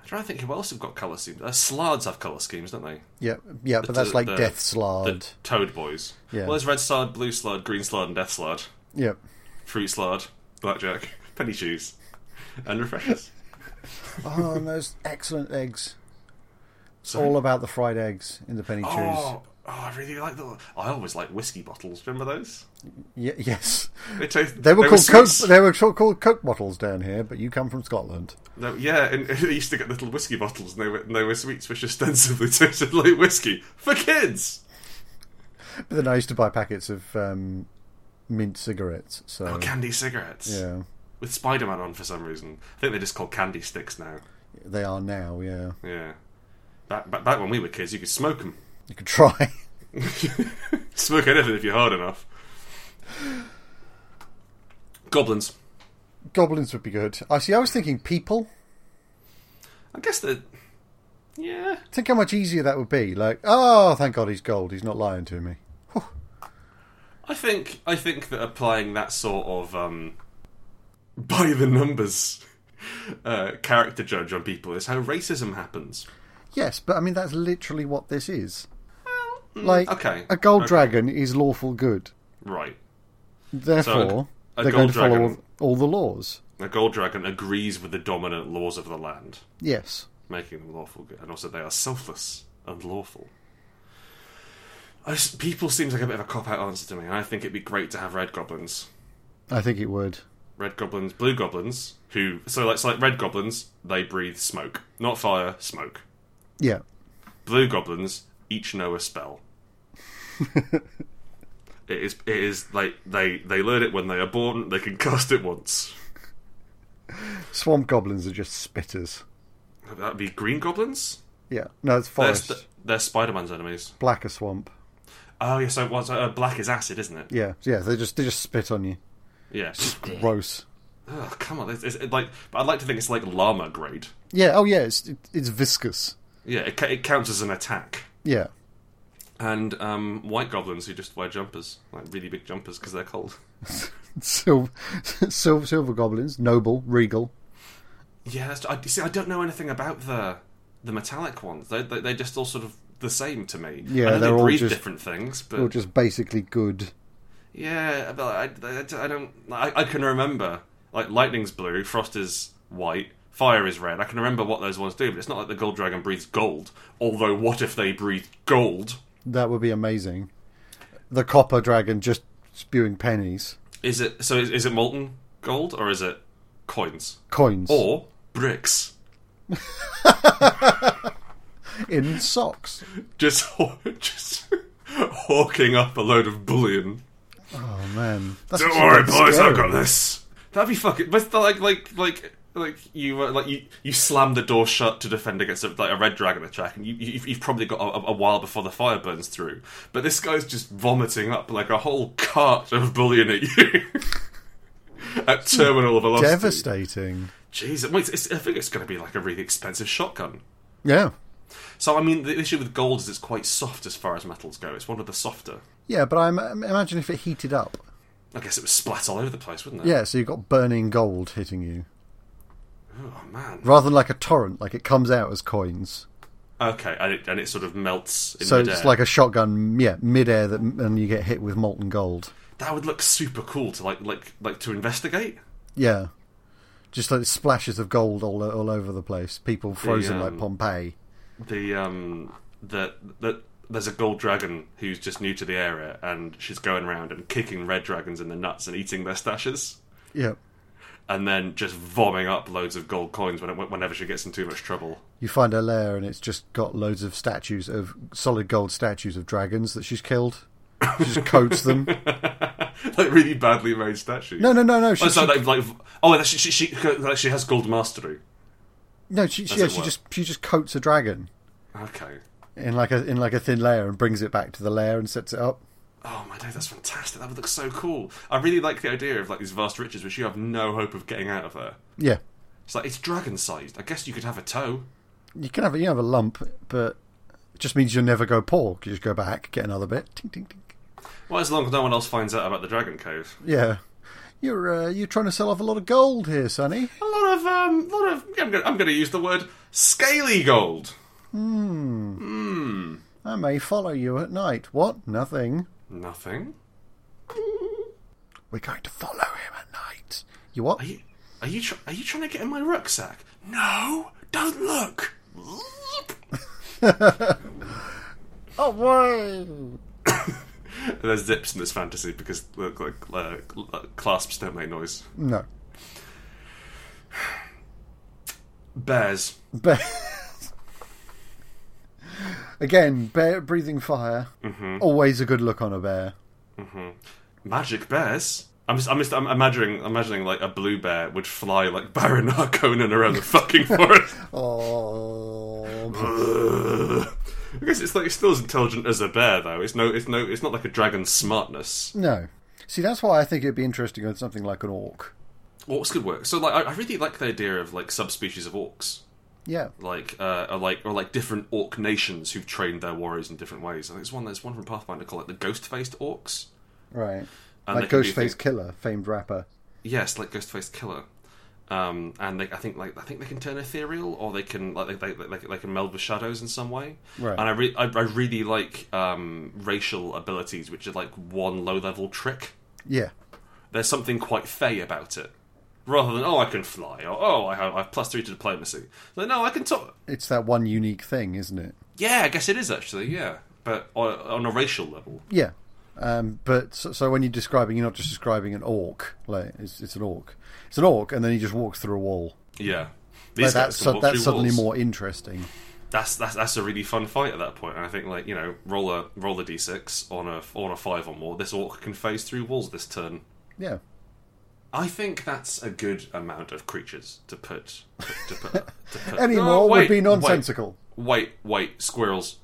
A: I'm trying to think who else have got colour schemes. Uh, Slards have colour schemes, don't they?
B: Yeah, yeah, but that's
A: the-
B: like
A: the-
B: Death
A: The
B: Slard.
A: Toad Boys.
B: Yeah.
A: Well, there's Red Slard, Blue Slard, Green Slard, and Death Slard.
B: Yep.
A: Fruit Slard, Blackjack, Penny Chews, and Refreshers.
B: Oh, and those excellent eggs. It's
A: Sorry?
B: all about the fried eggs in the penny chews.
A: Oh, Oh, I really like the. I always like whiskey bottles. Remember those?
B: Ye- yes,
A: They taste.
B: they were called
A: sweet-
B: Coke. They were t- called Coke bottles down here, but you come from Scotland.
A: No, yeah, and they used to get little whiskey bottles, and they were, and they were sweets which ostensibly tasted like whiskey for kids.
B: But then I used to buy packets of um, mint cigarettes. So
A: Or candy cigarettes
B: yeah,
A: with Spider-Man on for some reason. I think they're just called candy sticks now.
B: they are now. Yeah,
A: Yeah, back back, back when we were kids, you could smoke them.
B: you could try.
A: smoke anything if you're hard enough. Goblins.
B: Goblins would be good. I see. I was thinking people.
A: I guess that. Yeah.
B: Think how much easier that would be. Like, oh, thank God he's gold. He's not lying to me.
A: I think I think that applying that sort of um, by the numbers uh, character judge on people is how racism happens.
B: Yes, but I mean that's literally what this is. Like,
A: okay.
B: a gold
A: mm, Okay.
B: dragon is lawful good.
A: Right.
B: Therefore,
A: a
B: they're
A: gold
B: going to follow all,
A: dragon-
B: all the laws.
A: A gold dragon agrees with the dominant laws of the land,
B: Yes.
A: making them lawful, good. and also they are selfless and lawful. I s people seems like a bit of a cop out answer to me, and I think it'd be great to have red goblins.
B: I think it would.
A: Red goblins, blue goblins, who so like, so like red goblins, they breathe smoke, not fire, smoke.
B: Yeah.
A: Blue goblins each know a spell. it is it is like they they learn it when they are born. They can cast it once.
B: Swamp goblins are just spitters.
A: That'd be green goblins.
B: Yeah. No, it's
A: They're,
B: forest.
A: st- they're Spider Man's enemies.
B: Black a swamp.
A: Oh yes, so what's uh, black is acid, isn't it?
B: Yeah. Yeah, they just they just spit on you.
A: Yeah.
B: Gross.
A: oh come on, it's, it's it like but I'd like to think it's like llama grade.
B: Yeah, oh yeah, it's it, it's viscous.
A: Yeah, it, ca- it counts as an attack.
B: Yeah.
A: And um, white goblins who just wear jumpers, like really big jumpers, because they're cold.
B: Silver, silver, silver goblins, noble, regal.
A: Yeah, that's, I, see, I don't know anything about the the metallic ones. They, they they're just all sort of the same to me.
B: Yeah,
A: I know
B: they're
A: they
B: all
A: breathe
B: just-
A: different things, but
B: Or just basically good.
A: yeah, but I, I, I don't. I, I can remember like lightning's blue, frost is white, fire is red. I can remember what those ones do, but it's not like the gold dragon breathes gold. Although, what if they breathe gold?
B: That would be amazing. The copper dragon just spewing pennies,
A: Is it so? Is, is it molten gold or is it coins
B: coins,
A: or bricks?
B: in socks.
A: Just just hawking up a load of bullion.
B: Oh man, That's
A: Don't
B: actually
A: worry,
B: quite
A: boys.
B: scary.
A: I've got this. That'd be fucking. But like, like, like, like you, uh, like you, you slam the door shut to defend against a, like a red dragon attack, and you, you, you've probably got a, a while before the fire burns through. But this guy's just vomiting up like a whole cart of bullion at you. At terminal velocity.
B: Devastating.
A: Jeez, wait, it's, I think it's going to be like a really expensive shotgun.
B: Yeah,
A: So, I mean, the issue with gold is it's quite soft as far as metals go. It's one of the softer.
B: yeah, but I im- um, imagine if it heated up.
A: I guess it was splat all over the place, wouldn't it?
B: Yeah, so you've got burning gold hitting you,
A: Oh man.
B: rather than like a torrent, like it comes out as coins.
A: Okay, and it, and it sort of melts in
B: So
A: midair.
B: it's like a shotgun, yeah, midair, that, and you get hit with molten gold.
A: that would look super cool to like like like to investigate.
B: Yeah, just like splashes of gold all all over the place. People frozen
A: um,
B: like Pompeii.
A: The um the the there's a gold dragon who's just new to the area and she's going around and kicking red dragons in the nuts and eating their stashes
B: Yeah.
A: and then just vomming up loads of gold coins when whenever she gets in too much trouble.
B: You find her lair, and it's just got loads of statues of solid gold statues of dragons that she's killed. She just coats them.
A: like really badly made statues.
B: No, no, no, no. She,
A: Oh, so
B: she-
A: like, like oh, and she she, she like, she has gold mastery.
B: no, she, she,
A: it
B: yeah, she
A: were.
B: just she just coats a dragon
A: Okay.
B: in like a in like a thin layer and brings it back to the lair and sets it up.
A: Oh my day, that's fantastic. That would look so cool. I really like the idea of like these vast riches, which you have no hope of getting out of there.
B: Yeah,
A: It's like it's dragon sized. I guess you could have a toe.
B: you can have a, you have a lump, but it just means you'll never go poor. You just go back, get another bit. Tink, tink, tink.
A: Well, as long as no one else finds out about the dragon cave.
B: Yeah, you're uh, you're trying to sell off a lot of gold here, Sonny.
A: A lot of um, lot of. I'm gonna, I'm gonna use the word scaly gold.
B: I may follow you at night. What? Nothing.
A: Nothing.
B: We're going to follow him at night. You what?
A: Are you are you tr- are you trying to get in my rucksack? No, don't look.
B: Oh, whoa!
A: There's zips in this fantasy because like, like, uh, clasps don't make noise.
B: No.
A: Bears.
B: But again, bear breathing fire. Always a good look on a bear.
A: Magic bears. I'm just, I'm just I'm imagining imagining like a blue bear would fly like Baron Harkonnen around the fucking forest.
B: Oh,
A: I guess it's like it's still as intelligent as a bear though. It's no it's no it's not like a dragon's smartness.
B: no. See, that's why I think it'd be interesting with something like an orc.
A: Orcs could work. So like I, I really like the idea of like subspecies of orcs.
B: Yeah.
A: Like uh or like or like different orc nations who've trained their warriors in different ways. I think there's one there's one from Pathfinder called like the ghost faced orcs.
B: Right.
A: And
B: like
A: they can do
B: Ghostface
A: things-
B: Killer, famed rapper.
A: Yes, like Ghostface Killer. Um, and they, I think like I think they can turn ethereal, or they can like they, they, they, they can meld with shadows in some way.
B: Right.
A: And I, re- I I really like um, racial abilities, which are like one low level trick.
B: Yeah.
A: There's something quite fey about it, rather than oh I can fly or oh I have I have plus three to diplomacy. Like, no, I can talk.
B: It's that one unique thing, isn't it?
A: Yeah, I guess it is actually. Yeah, but on, on a racial level.
B: Yeah. Um, but so, so when you're describing, you're not just describing an orc. Like it's, it's an orc. It's an orc, and then he just walks through a wall.
A: Yeah.
B: Like
A: These guys
B: that's
A: can
B: so-
A: walk
B: that's
A: through
B: suddenly
A: walls.
B: more interesting.
A: that's that's that's a really fun fight at that point. And I think like you know, roll a roll a d6 on a on a five or more. This orc can phase through walls this turn.
B: Yeah.
A: I think that's a good amount of creatures to put to put. To put.
B: Any
A: No,
B: more would
A: wait,
B: be nonsensical.
A: Wait, wait, wait, squirrels,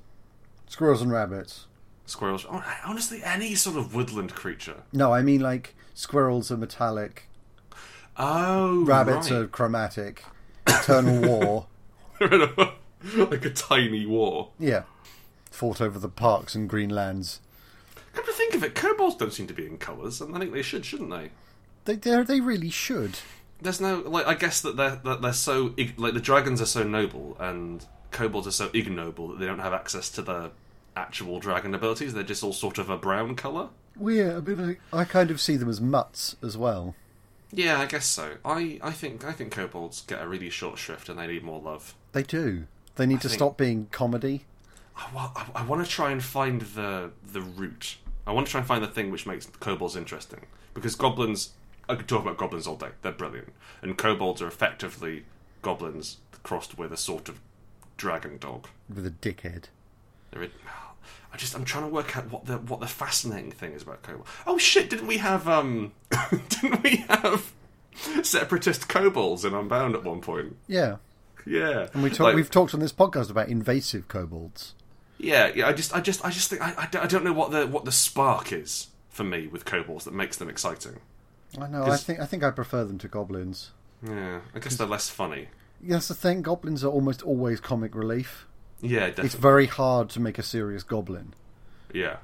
B: Squirrels and rabbits.
A: squirrels. Oh, Honestly, any sort of woodland creature.
B: No, I mean like squirrels are metallic,
A: Oh,
B: rabbits
A: right.
B: are chromatic, eternal war.
A: like a tiny war.
B: Yeah. Fought over the parks and green lands.
A: Come to think of it, kobolds don't seem to be in colours, and I think they should, shouldn't they?
B: They they're- they really should.
A: There's no like I guess that they're that they're so ig- like the dragons are so noble and kobolds are so ignoble that they don't have access to the actual dragon abilities. They're just all sort of a brown color.
B: Well, yeah, I mean, I, I kind of see them as mutts as well.
A: Yeah, I guess so. I I think I think kobolds get a really short shrift and they need more love.
B: They do. They need to
A: think-
B: stop being comedy.
A: I, wa- I, want to try and find the the root. I want to try and find the thing which makes kobolds interesting because goblins. I could talk about goblins all day. They're brilliant, and kobolds are effectively goblins crossed with a sort of dragon dog.
B: with a dickhead.
A: There is- I just I'm trying to work out what the what the fascinating thing is about kobold. Oh shit! Didn't we have um? didn't we have separatist kobolds in Unbound at one point?
B: Yeah,
A: Yeah.
B: and we talk,
A: Like,
B: we've talked on this podcast about invasive kobolds.
A: yeah yeah. I just I just I just think I, I, don't, I don't know what the what the spark is for me with kobolds that makes them exciting.
B: I know. I
A: 'Cause-
B: think I think I prefer them to goblins.
A: Yeah. I guess they're less funny.
B: That's the thing. Goblins are almost always comic relief.
A: Yeah.
B: It's
A: Definitely.
B: very hard to make a serious goblin,
A: Yeah.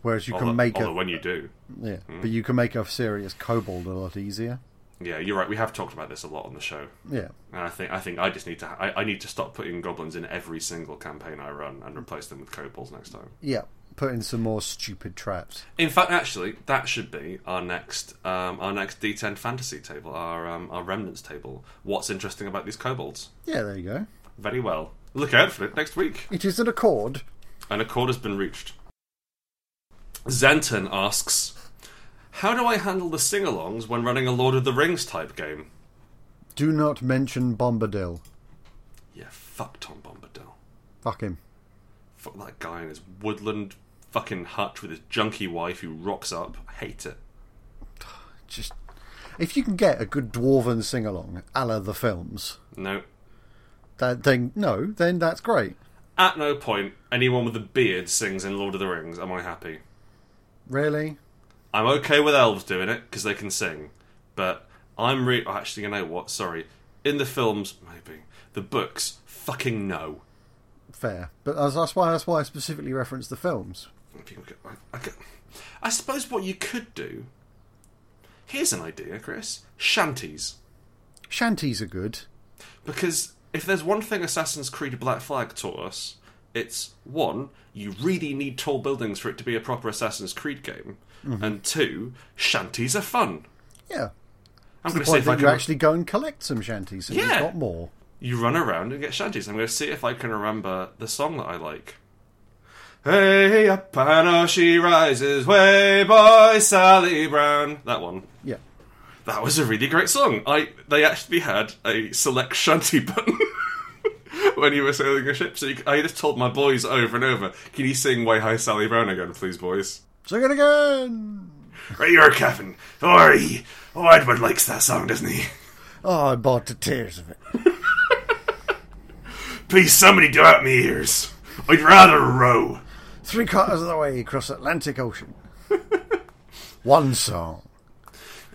B: whereas you
A: Although,
B: can make
A: although
B: a
A: when you do.
B: yeah, but you can make a serious kobold a lot easier.
A: Yeah, you're right. We have talked about this a lot on the show.
B: Yeah,
A: And I think I think I just need to I, I need to stop putting goblins in every single campaign I run and replace them with kobolds next time.
B: yeah. Put in some more stupid traps.
A: In fact, actually, that should be our next um, our next D10 fantasy table, our um, our remnants table. What's interesting about these kobolds?
B: Yeah, there you go.
A: Very well. Look out for it next week.
B: It is an accord.
A: An accord has been reached. Xanton asks, "How do I handle the sing-alongs when running a Lord of the Rings type game?"
B: Do not mention Bombadil.
A: Yeah, fuck Tom Bombadil.
B: Fuck him.
A: Fuck that guy in his woodland fucking hut with his junkie wife who rocks up. I hate it.
B: Just if you can get a good dwarven sing along, a la the films,
A: No.
B: that then no, then that's great.
A: At no point anyone with a beard sings in Lord of the Rings. Am I happy?
B: Really?
A: I'm okay with elves doing it because they can sing, but I'm re- oh, actually you know what? Sorry, in the films maybe, the books fucking no.
B: Fair. But that's, that's why that's why I specifically referenced the films.
A: People get- I, I get- I suppose what you could do. Here's an idea, Chris. Shanties,
B: Shanties are good.
A: because if there's one thing Assassin's Creed Black Flag taught us, it's one, you really need tall buildings for it to be a proper Assassin's Creed game,
B: Mm-hmm.
A: and two, shanties are fun.
B: Yeah.
A: I'm
B: The
A: going to see
B: point
A: if I
B: that
A: can
B: you actually go and collect some shanties and
A: Yeah.
B: you've got more.
A: you run around and get shanties. I'm going to see if I can remember the song that I like. Hey, up and oh, she rises. Way, boy, Sally Brown. That one.
B: Yeah.
A: That was a really great song. I they actually had a select shanty button when you were sailing a ship. So you, I just told my boys over and over, "Can you sing Way High Sally Brown again, please, boys?"
B: Sing it again.
A: Right, you're Captain. Sorry. Oh, Edward likes that song, doesn't he?
B: Oh, I bought the tears of it.
A: Please, somebody do out my ears. I'd rather row.
B: Three quarters of the way across Atlantic Ocean. One song.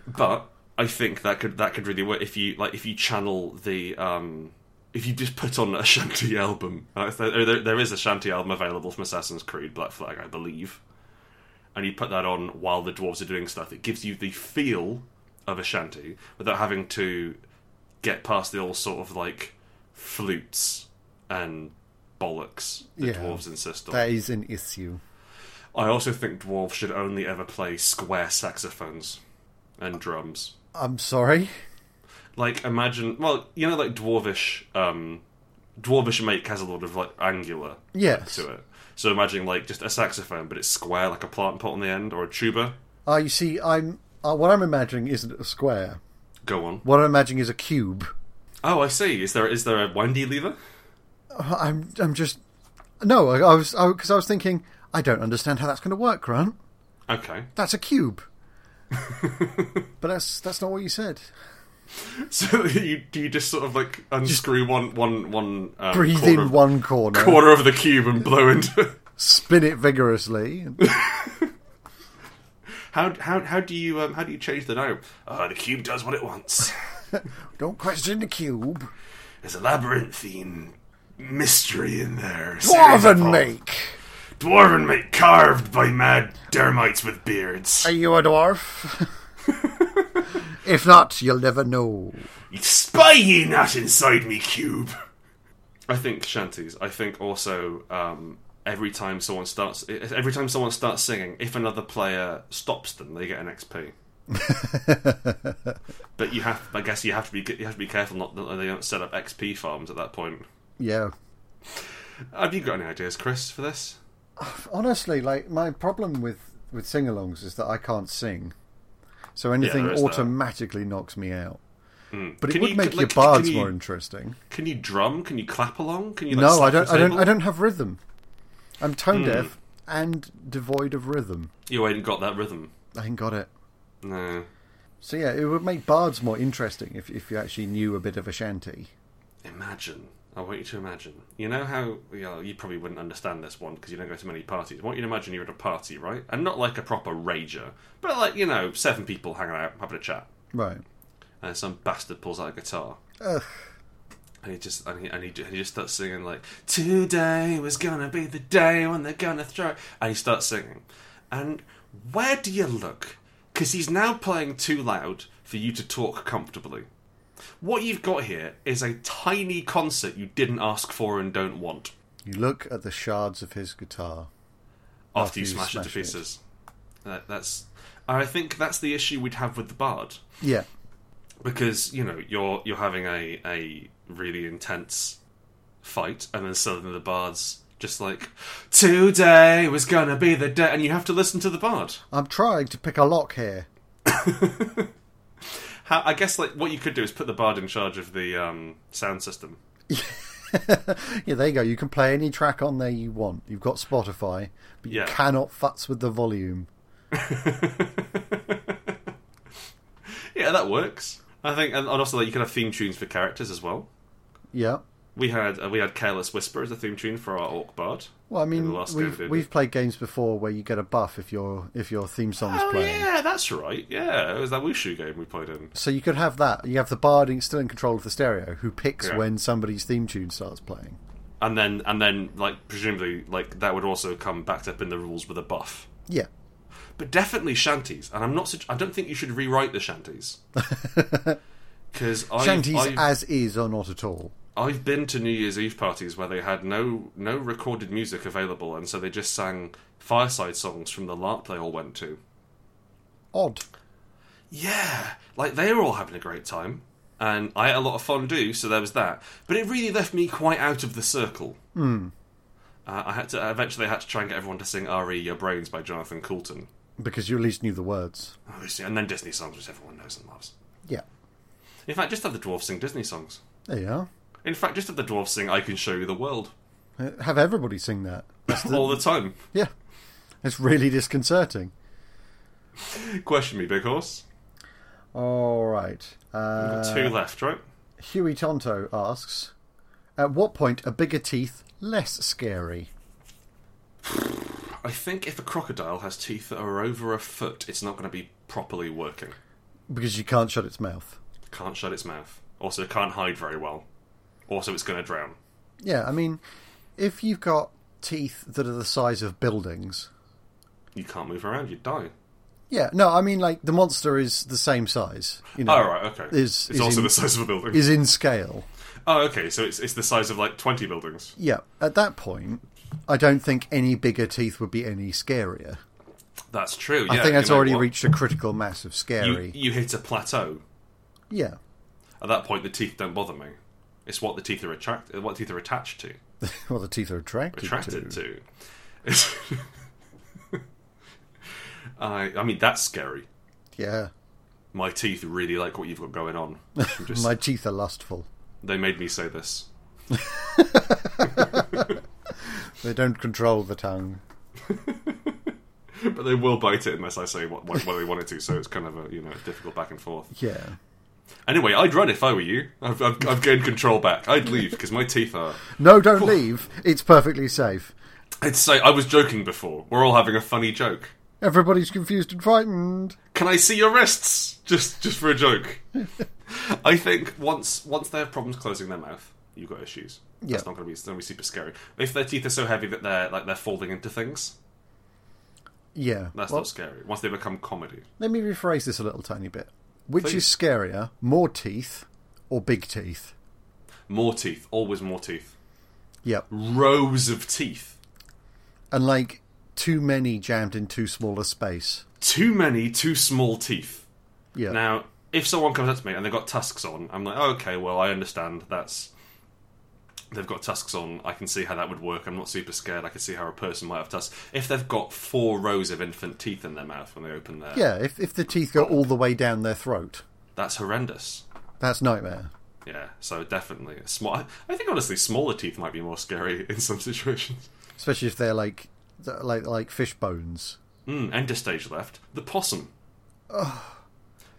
A: But I think that could that could really work if you like if you channel the um if you just put on a shanty album. Uh, there, there- there is a shanty album available from Assassin's Creed Black Flag, I believe. And you put that on while the dwarves are doing stuff. It gives you the feel of a shanty without having to get past the all sort of like flutes and bollocks the
B: Yeah.
A: dwarves insist on.
B: That is an issue.
A: I also think dwarves should only ever play square saxophones and drums.
B: I'm sorry.
A: Like imagine, well, you know, like dwarvish, um, dwarvish make has a lot of like angular
B: Yes.
A: to it. So imagine like just a saxophone, but it's square, like a plant pot on the end or a tuba.
B: Ah, you see, I'm uh, what I'm imagining isn't a square.
A: Go on.
B: What I'm imagining is a cube.
A: Oh, I see. Is there is there a windy lever?
B: I'm I'm just no. I, I was because I, was thinking I don't understand how that's going to work, Grant.
A: Okay.
B: That's a cube. but that's that's not what you said.
A: So you do you just sort of like unscrew one one one um,
B: Breathe
A: corner,
B: in
A: of-
B: one corner,
A: corner of the cube and blow into. it?
B: spin it vigorously.
A: How how how do you um, how do you change the note? Uh, the cube does what it wants.
B: don't question the cube.
A: There's a labyrinthine mystery in there. a series of
B: Dwarven
A: problems.
B: make.
A: Dwarven mate carved by mad dermites with beards.
B: Are you a dwarf? if not, you'll never know.
A: Spy ye not inside me cube. I think shanties. I think also um, every time someone starts, every time someone starts singing, if another player stops them, they get an XP. but you have, I guess, you have to be you have to be careful not that they don't set up XP farms at that point.
B: Yeah.
A: Have you got any ideas, Chris, for this?
B: Honestly, like my problem with with sing-alongs is that I can't sing, so anything
A: there is that. Hmm.
B: automatically knocks me out. But
A: Can
B: it would
A: you-
B: make
A: like,
B: your
A: can
B: bards
A: you-
B: more interesting.
A: Can you drum? Can you clap along? Can you? Like,
B: No,
A: slap
B: I don't.
A: the
B: I don't.
A: table? Hmm.
B: I don't have rhythm. I'm tone deaf and devoid of rhythm.
A: You ain't got that rhythm.
B: I ain't got it.
A: No.
B: So yeah, it would make bards more interesting if if you actually knew a bit of Ashanti.
A: Imagine. I want you to imagine. You know how you, know, you probably wouldn't understand this one because you don't go to many parties. I want you to imagine you're at a party, right? And not like a proper rager, but like you know, seven people hanging out, having a chat,
B: Right.
A: and some bastard pulls out a guitar.
B: Ugh.
A: And he just and he, and he and he just starts singing like today was gonna be the day when they're gonna throw and he starts singing and where do you look because he's now playing too loud for you to talk comfortably what you've got here is a tiny concert you didn't ask for and don't want
B: You look at the shards of his guitar.
A: after,
B: After
A: you
B: you
A: smash it to
B: smash it.
A: pieces that, that's I think that's the issue we'd have with the bard
B: Yeah.
A: because you know you're you're having a a really intense fight and then suddenly the bard's just like today was gonna be the day and you have to listen to the bard
B: I'm trying to pick a lock here.
A: How, i guess like what you could do is put the bard in charge of the um, sound system
B: Yeah, there you go. You can play any track on there you want. You've got Spotify, but
A: Yeah.
B: you cannot futz with the volume.
A: yeah that works i think and and also like, you can have theme tunes for characters as well
B: Yeah.
A: we had uh, we had careless whisper as a theme tune for our orc bard
B: Well, I
A: In
B: mean,
A: the last game,
B: we've
A: didn't
B: we've played games before where you get a buff if your if your theme song's
A: oh
B: playing.
A: yeah that's right yeah it was that wushu game we played in
B: So you could have that. You have the bard in, still in control of the stereo, who picks
A: Yeah.
B: when somebody's theme tune starts playing.
A: and then and then like presumably like that would also come backed up in the rules with a buff
B: Yeah,
A: but definitely shanties and i'm not such i don't think you should rewrite the shanties because
B: shanties
A: I've,
B: as is or not at all.
A: I've been to new year's eve parties where they had no no recorded music available and so they just sang fireside songs from the larp they all went to
B: Odd.
A: yeah like they were all having a great time and i ate a lot of fondue so there was that but it really left me quite out of the circle Uh, I had to I eventually had to try and get everyone to sing "Re Your Brains" by Jonathan Coulton,
B: because you at least knew the words.
A: obviously, and then Disney songs, which everyone knows and loves.
B: Yeah,
A: In fact, just have the dwarves sing Disney songs.
B: there you are.
A: In fact, just have the dwarves sing "I Can Show You the World"
B: Uh, Have everybody sing that.
A: all the time.
B: Yeah, it's really disconcerting.
A: Question me, big horse.
B: All right. Uh,
A: Got two left, right?
B: Huey Tonto asks, at what point are bigger teeth less scary?
A: I think if a crocodile has teeth that are over a foot, it's not going to be properly working.
B: Because you can't shut its mouth.
A: Can't shut its mouth. Also, can't hide very well. Also, it's going to drown.
B: Yeah, I mean, if you've got teeth that are the size of buildings.
A: You can't move around. You die.
B: Yeah, no, I mean, like, the monster is the same size. You know,
A: Oh right, okay.
B: Is-
A: it's
B: is
A: also
B: in-
A: the size of a building.
B: Is in scale.
A: oh, okay. So it's it's the size of like twenty buildings.
B: Yeah, at that point, I don't think any bigger teeth would be any scarier.
A: That's true.
B: I
A: yeah,
B: think that's
A: you know
B: already
A: what?
B: reached a critical mass of scary.
A: You, you hit a plateau.
B: Yeah.
A: At that point, the teeth don't bother me. It's what the teeth are attract, what teeth are attached to,
B: well, the teeth are attracted,
A: attracted
B: to.
A: to. It's- I I mean that's scary.
B: Yeah.
A: My teeth really like what you've got going on. I'm just-
B: My teeth are lustful.
A: they made me say this.
B: They don't control the tongue.
A: But they will bite it unless I say what, what, what they wanted to, so it's kind of a you know difficult back and forth.
B: Yeah.
A: Anyway, I'd run if I were you. I've, I've, I've gained control back. I'd leave because my teeth are.
B: No, don't leave. It's perfectly safe.
A: It's say I was joking before. We're all having a funny joke.
B: Everybody's confused and frightened.
A: Can I see your wrists? Just just for a joke. I think once once they have problems closing their mouth, you've got issues.
B: Yeah.
A: That's not going to be it's not gonna be super scary. If their teeth are so heavy that they're like they're folding into things,
B: Yeah.
A: that's
B: well,
A: not scary. Once they become comedy,
B: let me rephrase this a little tiny bit. Which
A: Please.
B: is scarier, more teeth or big teeth?
A: more teeth, always more teeth,
B: Yep.
A: rows of teeth.
B: And like too many jammed in too small a space.
A: Too many, too small teeth.
B: Yeah.
A: Now, if someone comes up to me and they've got tusks on, I'm like, oh, okay, well, I understand. That's they've got tusks on. I can see how that would work. I'm not super scared. I can see how a person might have tusks. If they've got four rows of infant teeth in their mouth when they open their,
B: yeah, if, if the teeth go all the way down their throat,
A: that's horrendous.
B: that's nightmare.
A: Yeah, so definitely a small. I- I think honestly, smaller teeth might be more scary in some situations.
B: Especially if they're like like like fish bones.
A: Mm, end of stage left. The possum.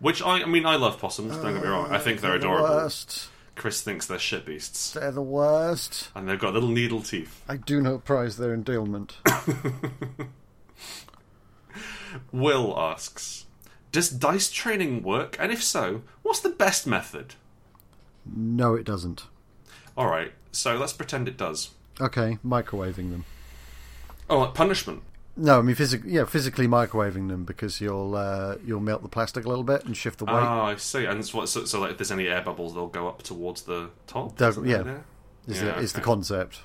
A: Which I, I mean, I love possums. Don't get me wrong. I think they're
B: The
A: adorable.
B: worst.
A: Chris thinks they're shit beasts,
B: They're the worst.
A: and they've got little needle teeth.
B: I do not prize their endearment.
A: Will asks, "Does dice training work? And if so, what's the best method?"
B: no, it doesn't.
A: All right, so let's pretend it does.
B: Okay, microwaving them.
A: Oh, like punishment.
B: No, I mean physically, yeah, physically microwaving them because you'll uh, you'll melt the plastic a little bit and shift the weight.
A: Ah, I see. And it's what, so, so, like, if there's any air bubbles, they'll go up towards the top.
B: They'll-
A: isn't that
B: yeah.
A: the idea?
B: is,
A: yeah,
B: the, is the
A: okay.
B: concept?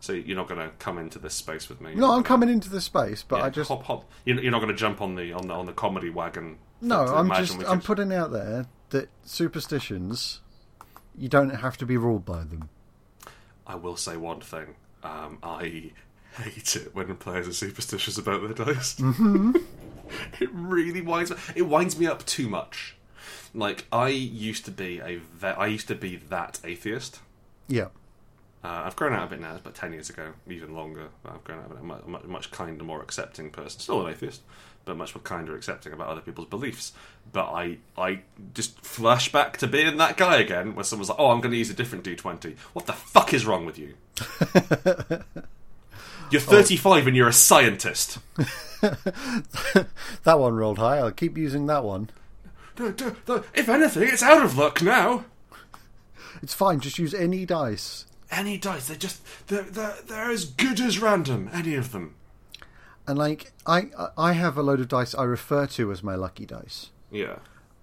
A: So you're not going to come into this space with me.
B: No, I'm coming into this space, but I just
A: hop hop. You're, you're not going to jump on the on the on the comedy wagon.
B: no,
A: to
B: I'm
A: imagine
B: just
A: we
B: I'm
A: could-
B: putting out there that superstitions, you don't have to be ruled by them.
A: I will say one thing. Um, I hate it when players are superstitious about their dice. it really winds me. It winds me up too much. Like I used to be a ve- I used to be that atheist.
B: Yeah,
A: Uh, I've grown out of it now. It's about ten years ago, even longer. But I've grown out of it. I'm a much, much kinder, more accepting person. Still an atheist, but much more kinder, accepting about other people's beliefs. But I, I just flash back to being that guy again, where someone's like, "Oh, I'm going to use a different D20." What the fuck is wrong with you? you're 35 and you're a scientist.
B: that one rolled high. I'll keep using that one.
A: No, no, no. If anything, it's out of luck now.
B: It's fine. Just use any dice.
A: Any dice, they're just they're, they're, they're as good as random. Any of them.
B: And like I, I- I have a load of dice I refer to as my lucky dice,
A: Yeah.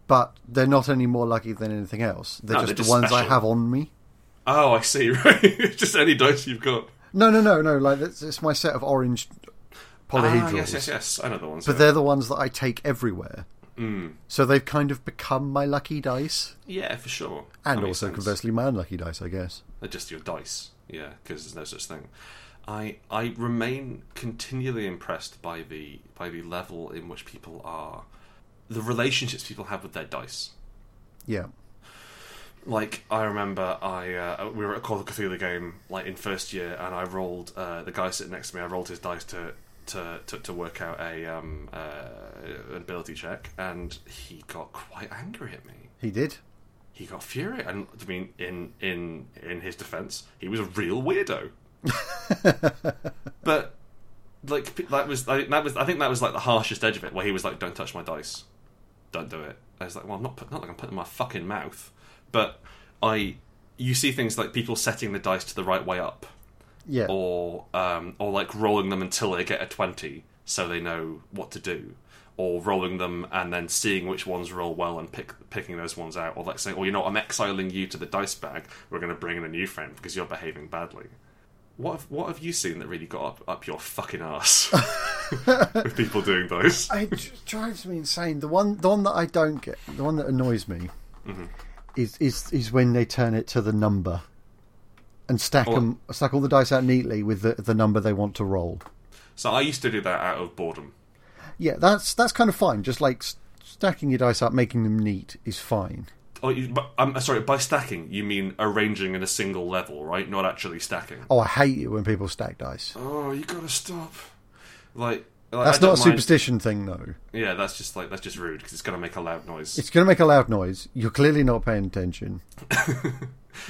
B: but they're not any more lucky than anything else. They're,
A: No,
B: just,
A: they're just
B: the ones I
A: special.
B: have on me.
A: Oh, I see. Right, just any dice you've got.
B: No, no, no, no. Like that's it's my set of orange polyhedrals,
A: Ah, yes, yes, yes. I know the ones.
B: but they're the ones that I take everywhere.
A: Hmm.
B: Mm. So they've kind of become my lucky dice,
A: yeah, for sure. That
B: and
A: makes
B: also
A: sense.
B: conversely my unlucky dice, I guess.
A: They're just your dice. Yeah, because there's no such thing. I I remain continually impressed by the by the level in which people are, the relationships people have with their dice.
B: Yeah.
A: Like I remember, I uh, we were at a Call of Cthulhu game like in first year, and I rolled uh, the guy sitting next to me. I rolled his dice to to to, to work out a um, uh, ability check, and he got quite angry at me.
B: He did.
A: He got furious. And I mean, in in in his defense, he was a real weirdo. but like pe- that was I think that was I think that was like the harshest edge of it, where he was like, "Don't touch my dice, don't do it." I was like, "Well, I'm not put, not like I'm putting my fucking mouth," but I you see things like people setting the dice to the right way up,
B: Yeah.
A: or um, or like rolling them until they get a twenty, so they know what to do, or rolling them and then seeing which ones roll well and pick picking those ones out, or like saying, "Well, you know, what, I'm exiling you to the dice bag. We're going to bring in a new friend because you're behaving badly." What have, what have you seen that really got up, up your fucking ass with people doing those?
B: it dr- drives me insane. The one, the one that I don't get, the one that annoys me,
A: Mm-hmm.
B: is is is when they turn it to the number, and stack
A: Oh.
B: 'em- stack all the dice out neatly with the the number they want to roll.
A: So I used to do that out of boredom.
B: Yeah, that's that's kind of fine. Just like s- stacking your dice up, making them neat is fine.
A: Oh, you, but, I'm sorry. By stacking, you mean arranging in a single level, right? Not actually stacking.
B: Oh, I hate it when people stack dice.
A: Oh, you gotta stop. Like, like, I
B: That's
A: don't
B: not a
A: mind-
B: superstition thing, though.
A: Yeah, that's just like that's just rude because it's gonna make a loud noise.
B: It's going to make a loud noise. You're clearly not paying attention.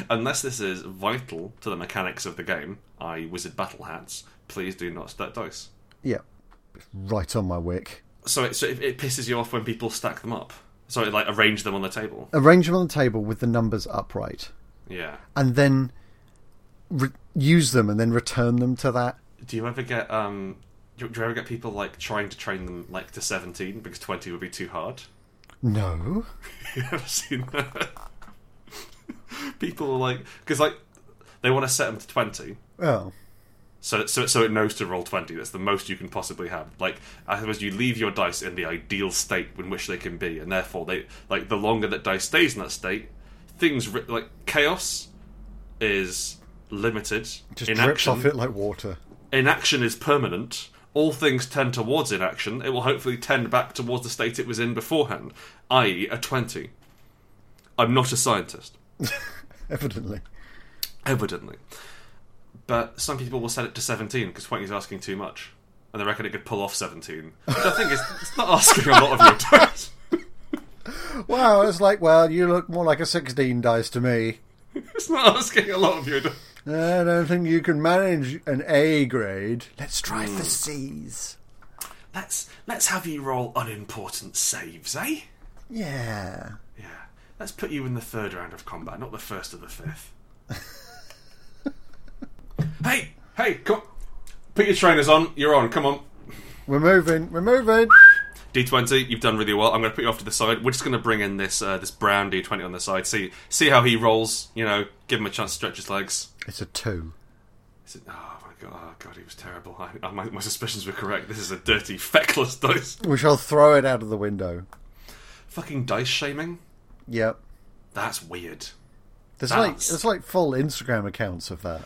A: Unless this is vital to the mechanics of the game, i.e., wizard battle hats. Please do not stack dice.
B: Yeah, right on my wick.
A: So, it, so it, it pisses you off when people stack them up. So, it, like arrange them on the table.
B: Arrange them on the table with the numbers upright,
A: Yeah.
B: and then re- use them, and then return them to that.
A: Do you ever get um? Do, do you ever get people like trying to train them like to seventeen because twenty would be too hard?
B: No,
A: you ever seen that? people are like because like they want to set them to twenty,
B: oh,
A: so so so it knows to roll twenty. That's the most you can possibly have. Like I suppose you leave your dice in the ideal state in which they can be, and therefore they like the longer that dice stays in that state, things ri- like chaos is limited.
B: just
A: in
B: drips
A: action,
B: off it like water.
A: inaction is permanent, all things tend towards inaction, it will hopefully tend back towards the state it was in beforehand, i.e., a 20. I'm not a scientist,
B: Evidently,
A: evidently. But some people will set it to 17 because 20 is asking too much, and they reckon it could pull off 17. Which I think is it's not asking a lot of your dice.
B: wow, it's like well, you look more like a sixteen dice to me.
A: It's not asking a lot of your dice.
B: I don't think you can manage an A grade. Let's try for C's.
A: Let's, let's have you roll unimportant saves, eh?
B: Yeah.
A: Yeah. Let's put you in the third round of combat, not the first or the fifth. hey! Hey, come on. Put your trainers on. You're on. Come on.
B: We're moving. We're moving.
A: D20, you've done really well. I'm going to put you off to the side. We're just going to bring in this uh, this brown D20 on the side. See see how he rolls. You know, give him a chance to stretch his legs.
B: It's a two.
A: Is it, oh my god, oh god, he was terrible. I, I, my, my suspicions were correct. This is a dirty, feckless dice.
B: We shall throw it out of the window.
A: Fucking dice shaming.
B: Yep.
A: That's weird.
B: There's like
A: That's-
B: there's like full Instagram accounts of that.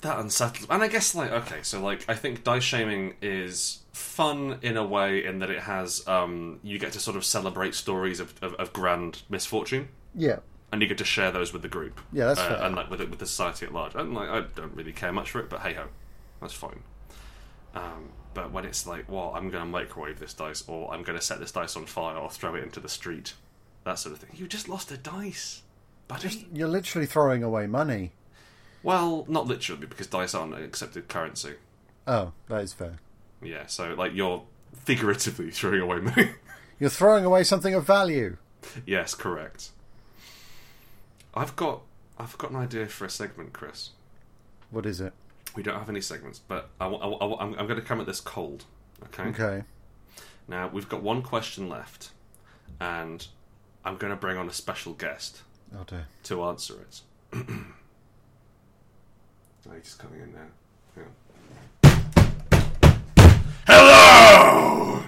A: that unsettles and i guess like okay so like i think dice shaming is fun in a way in that it has um you get to sort of celebrate stories of, of, of grand misfortune
B: Yeah.
A: and you get to share those with the group
B: Yeah, that's
A: uh,
B: fair.
A: and like with, the- with the society at large and like i don't really care much for it but hey ho that's fine um but when it's like well i'm gonna microwave this dice or i'm gonna set this dice on fire or throw it into the street that sort of thing you just lost a dice buddy
B: You're literally throwing away money.
A: well not literally because dice aren't an accepted currency
B: Oh, that is fair.
A: Yeah, so like you're figuratively throwing away money.
B: You're throwing away something of value.
A: yes, correct. I've got I've got an idea for a segment, Chris.
B: What is it?
A: We don't have any segments, but I, am going to come at this cold. Okay?
B: Okay.
A: Now we've got one question left, and I'm going to bring on a special guest
B: Oh dear.
A: to answer it. oh, he's just coming in now. Hang on. Hello!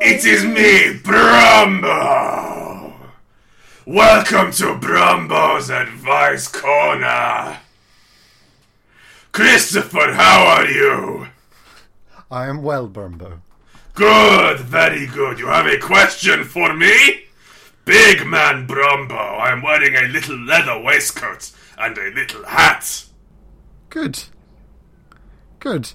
A: It is me, Brumbo! Welcome to Brumbo's Advice Corner! Christopher, how are you?
B: I am well, Brumbo.
A: Good, very good. You have a question for me? Big man Brumbo, I am wearing a little leather waistcoat and a little hat.
B: Good. Good.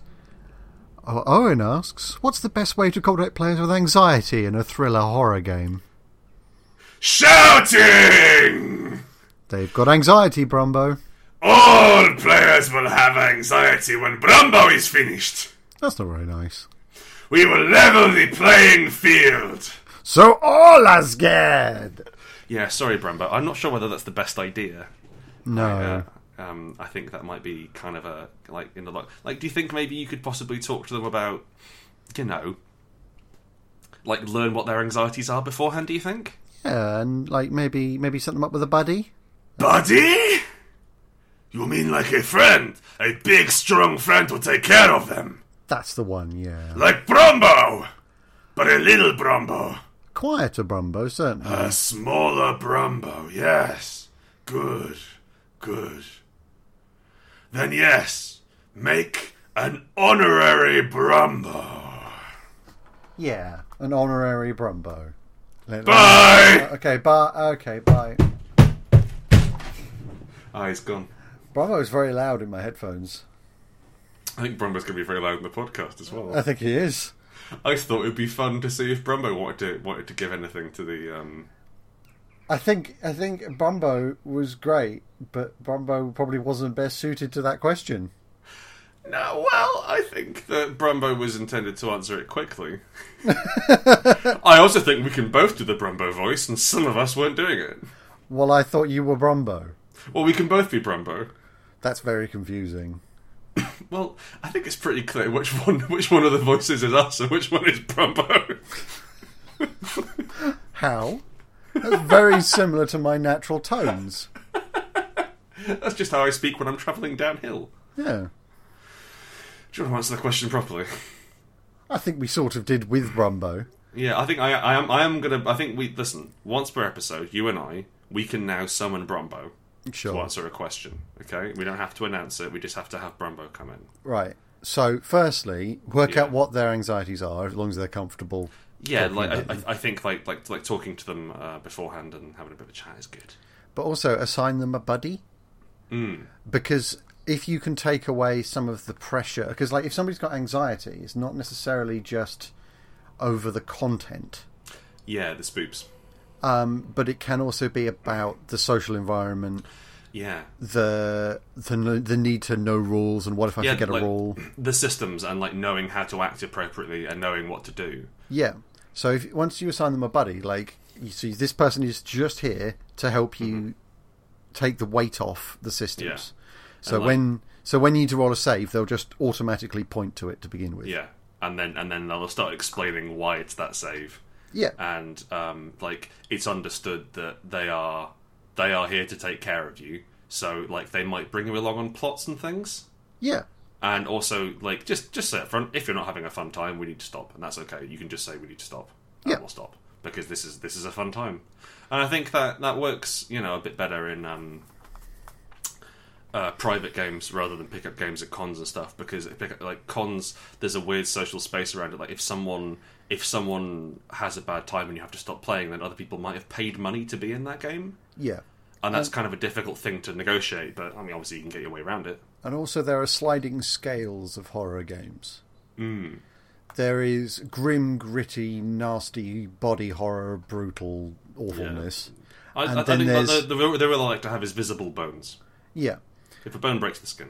B: Oh, Owen asks, what's the best way to combat players with anxiety in a thriller horror game?
A: Shouting!
B: They've got anxiety, Brumbo.
A: All players will have anxiety when Brumbo is finished.
B: That's not very nice.
A: We will level the playing field.
B: So all are scared!
A: Yeah, sorry, Brumbo. I'm not sure whether that's the best idea.
B: No.
A: Uh, um, I think that might be kind of a like in the lo- like. Do you think maybe you could possibly talk to them about, you know, like learn what their anxieties are beforehand? Do you think,
B: Yeah, and like maybe maybe set them up with a buddy.
A: buddy? You mean like a friend, a big, strong friend to take care of them,
B: That's the one, yeah.
A: like Brumbo, but a little Brumbo,
B: Quieter Brumbo, certainly.
A: a smaller Brumbo. Yes, good, good. Then yes, make an honorary Brumbo.
B: yeah, an honorary Brumbo. Let-
A: Bye.
B: Okay, bye. Okay, bye.
A: Ah, he's gone.
B: Brumbo's very loud in my headphones.
A: I think Brumbo's going to be very loud in the podcast as
B: I
A: well.
B: think he is.
A: I thought it'd be fun to see if Brumbo wanted to wanted to give anything to the. Um...
B: I think I think Brumbo was great, but Brumbo probably wasn't best suited to that question.
A: No, well, I think that Brumbo was intended to answer it quickly. I also think we can both do the Brumbo voice, and some of us weren't doing it.
B: Well, I thought you were Brumbo.
A: Well, we can both be Brumbo.
B: That's very confusing.
A: Well, I think it's pretty clear which one which one of the voices is us and which one is Brumbo.
B: How? That's very similar to my natural tones.
A: That's just how I speak when I'm travelling downhill.
B: Yeah.
A: Do you want to answer the question properly?
B: I think we sort of did with Brumbo.
A: Yeah, I think I, I am. I am gonna. I think we listen once per episode. You and I, we can now summon Brumbo to
B: Sure.
A: answer a question. Okay, we don't have to announce it. We just have to have Brumbo come in.
B: Right. So, firstly, work
A: Yeah.
B: out what their anxieties are, as long as they're comfortable.
A: Yeah, like I, I- I think like like like talking to them uh, beforehand and having a bit of a chat is good.
B: But also assign them a buddy.
A: Mm.
B: Because if you can take away some of the pressure, because like if somebody's got anxiety, it's not necessarily just over the content,
A: Yeah, the spoops.
B: um, but it can also be about the social environment,
A: Yeah,
B: the the no- the need to know rules, and what if I
A: yeah.
B: forget
A: like,
B: a rule?
A: The systems and like knowing how to act appropriately and knowing what to do.
B: Yeah. So if once you assign them a buddy, like you see, this person is just here to help you
A: Mm-hmm.
B: take the weight off the systems. So
A: And, like-
B: when so when you need to roll a save, they'll just automatically point to it to begin with.
A: Yeah, and then and then they'll start explaining why it's that save.
B: Yeah.
A: and um, like it's understood that they are they are here to take care of you. So like they might bring you along on plots and things,
B: Yeah.
A: and also like just just say up front if you're not having a fun time, we need to stop, and that's okay. You can just say we need to stop, and
B: Yeah.
A: we'll stop because this is this is a fun time, and I think that that works you know a bit better in. Um, uh, private games rather than pick up games at cons and stuff because if pick up, like cons there's a weird social space around it like if someone if someone has a bad time and you have to stop playing then other people might have paid money to be in that game
B: Yeah.
A: and that's kind of a difficult thing to negotiate but i mean obviously you can get your way around it
B: And also there are sliding scales of horror games.
A: Mm.
B: There is grim, gritty, nasty body horror, brutal awfulness.
A: i,
B: And
A: I, I
B: then
A: think that
B: there's-
A: the, the, real- the real i like to have is visible bones
B: yeah.
A: if a bone breaks the skin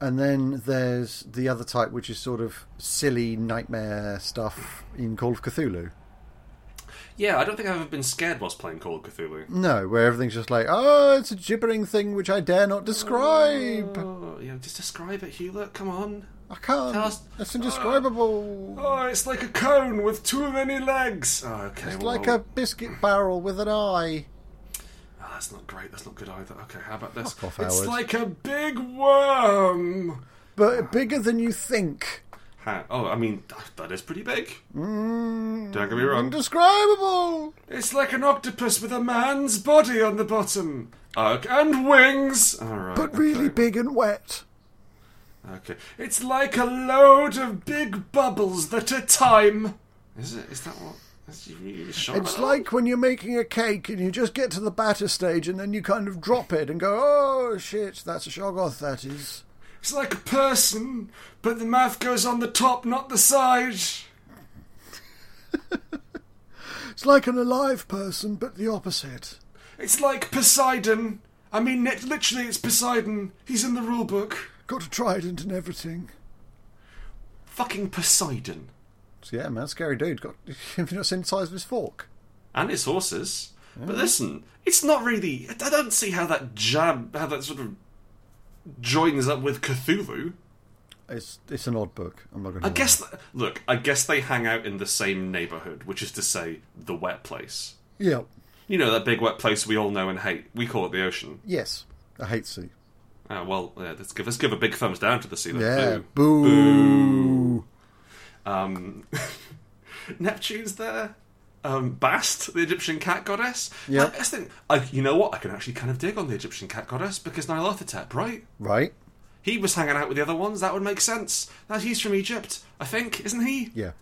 B: And then there's the other type, which is sort of silly nightmare stuff in Call of Cthulhu.
A: yeah i don't think i've ever been scared whilst playing call of cthulhu
B: No, where everything's just like, oh, it's a gibbering thing which I dare not describe.
A: oh, yeah just describe it hewlett come on
B: I
A: Tell
B: can't.
A: us-
B: It's indescribable.
A: Oh, it's like a cone with too many legs. Oh, okay.
B: It's
A: well,
B: like
A: I'll-
B: a biscuit barrel with an eye.
A: Oh, that's not great. That's not good either. Okay, how about this?
B: Fuck off,
A: it's
B: Howard.
A: like a big worm.
B: But bigger than you think.
A: How? Oh, I mean, that, that is pretty big.
B: Mm.
A: Don't get me wrong.
B: Indescribable!
A: It's like an octopus with a man's body on the bottom. Oh, and wings. All right.
B: But really big and wet.
A: Okay. It's like a load of big bubbles that are time. Is it? Is that what? Is you really sure
B: It's
A: about
B: like when you're making a cake and you just get to the batter stage and then you kind of drop it and go, oh shit, that's a shoggoth, that is.
A: that? It's like a person, but the mouth goes on the top, not the side.
B: It's like an alive person, but the opposite.
A: It's like Poseidon. I mean, it, literally, it's Poseidon. He's in the rule book.
B: Got a trident and everything.
A: Fucking Poseidon.
B: So, yeah, man, scary dude. Got, have you not seen the size of his fork?
A: and his horses. But listen, it's not really. I don't see how that jab, how that sort of joins up with Cthulhu.
B: It's it's an odd book. I'm not going to.
A: I guess. Th- look, I guess they hang out in the same neighborhood, which is to say, the wet place.
B: Yeah.
A: You know that big wet place we all know and hate. We call it the ocean.
B: Yes. I hate sea.
A: Ah, well, yeah, let's give let's give a big thumbs down to the sea. then.
B: Yeah.
A: Boo.
B: Boo.
A: Um, Neptune's there. Um, Bast, the Egyptian cat goddess.
B: Yeah.
A: I, I think, I, you know what? I can actually kind of dig on the Egyptian cat goddess because Nyarlathotep, right?
B: Right.
A: He was hanging out with the other ones. That would make sense. That he's from Egypt, I think, isn't he?
B: Yeah.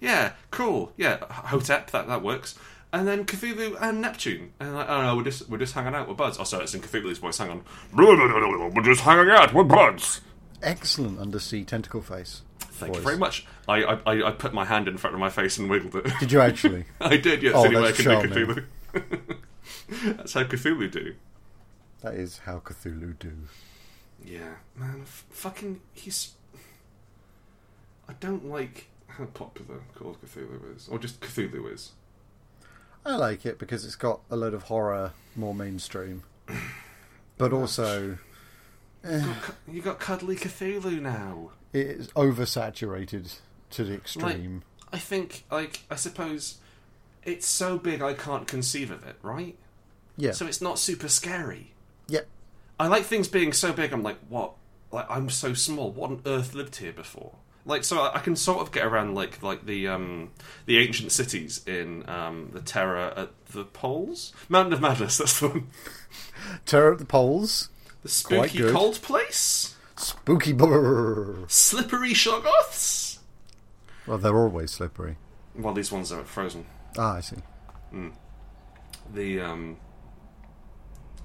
A: Yeah, cool. Yeah, H- Hotep. That that works. And then Cthulhu and Neptune. And I, I don't know. We're just we're just hanging out. We're buds. Oh, sorry, it's in Cthulhu's voice. Hang on. We're just hanging out. We're buds.
B: Excellent undersea tentacle face.
A: Thank you
B: voice.
A: very much. I, I I- I put my hand in front of my face and wiggled it.
B: Did you actually?
A: I did. Yeah, it's
B: Oh,
A: the only way I
B: that's
A: can do
B: charming.
A: Cthulhu. that's how Cthulhu do.
B: that is how Cthulhu do.
A: Yeah, man, f- fucking, he's. I don't like how popular Call of Cthulhu is, or just Cthulhu is.
B: I like it because it's got a load of horror more mainstream, but also
A: You got cuddly Cthulhu now.
B: it's oversaturated to the extreme.
A: I think, like, I suppose it's so big I can't conceive of it, right?
B: yeah.
A: So it's not super scary.
B: yeah.
A: I like things being so big. I'm like, what? Like, I'm so small. What on earth lived here before? Like, so I, I can sort of get around like like the um the ancient cities in um the Terror at the Poles, Mountain of Madness. That's the one.
B: Terror at the poles.
A: The
B: Quite
A: spooky
B: good.
A: cold place.
B: Spooky brrr.
A: Slippery shoggoths.
B: Well, they're always slippery.
A: Well, these ones are frozen.
B: Ah, I see.
A: The um,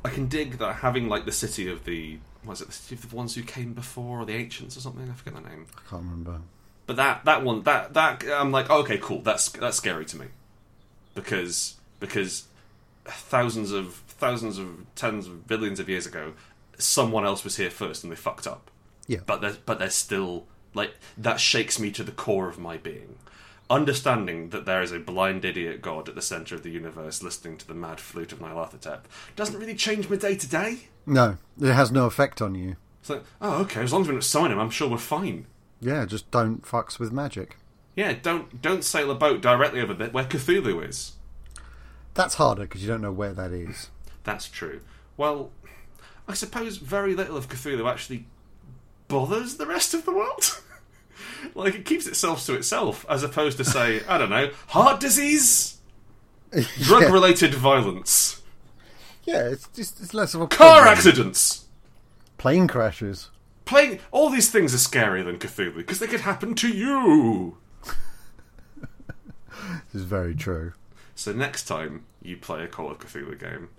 A: I can dig that having like the city of the was it the city of the ones who came before or the ancients or something? I forget the name.
B: I can't remember.
A: But that that one that that I'm like oh, okay cool that's that's scary to me because because thousands of thousands of tens of billions of years ago someone else was here first and they fucked up
B: Yeah.
A: but there's but there's still like that shakes me to the core of my being understanding that there is a blind idiot god at the center of the universe listening to the mad flute of Nyarlathotep doesn't really change my day to day
B: No, it has no effect on you.
A: it's like oh okay as long as we don't sign him I'm sure we're fine
B: Yeah, just don't fucks with magic.
A: Yeah, don't don't sail a boat directly over the, where Cthulhu is.
B: That's harder because you don't know where that is.
A: That's true. Well, I suppose very little of Cthulhu actually bothers the rest of the world. like it keeps itself to itself, as opposed to say, I don't know, heart disease, drug-related violence,
B: Yeah, it's just it's less of a
A: car
B: problem.
A: accidents,
B: Plane crashes.
A: playing. All these things are scarier than Cthulhu because they could happen to you.
B: This is very true.
A: So next time you play a Call of Cthulhu game,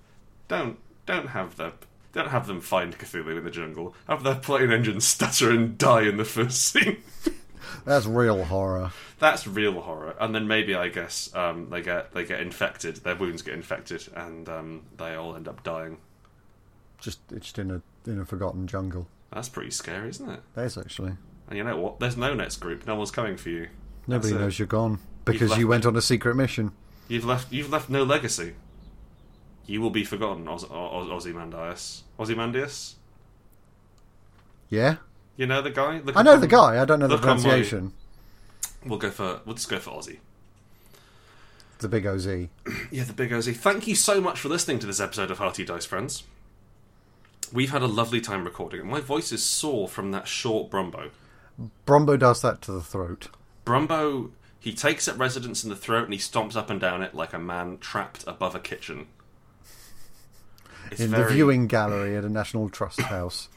A: don't don't have them don't have them find Cthulhu in the jungle. Have their plane engine stutter and die in the first scene.
B: That's real horror.
A: That's real horror. And then maybe I guess um, they get they get infected. Their wounds get infected, and um, they all end up dying.
B: Just it's just in a in a forgotten jungle.
A: That's pretty scary, isn't it?
B: There's actually
A: And you know what? There's no next group. No one's coming for you.
B: nobody
A: That's it.
B: knows you're gone because you
A: left.
B: went on a secret mission.
A: You've left. You've left no legacy. You will be forgotten, Oz, Oz, Ozymandias. Ozymandias.
B: Yeah,
A: You know the guy. The um,
B: I know the guy. I don't know the
A: Look on my-
B: pronunciation.
A: We'll go for we'll just go for Aussie.
B: The big OZ.
A: Yeah, the big Aussie. Thank you so much for listening to this episode of Hearty Dice Friends. We've had a lovely time recording it. My voice is sore from that short Brumbo.
B: Brombo does that to the throat.
A: Brumbo he takes up residence in the throat and he stomps up and down it like a man trapped above a kitchen. It's
B: in the viewing gallery at a National Trust house.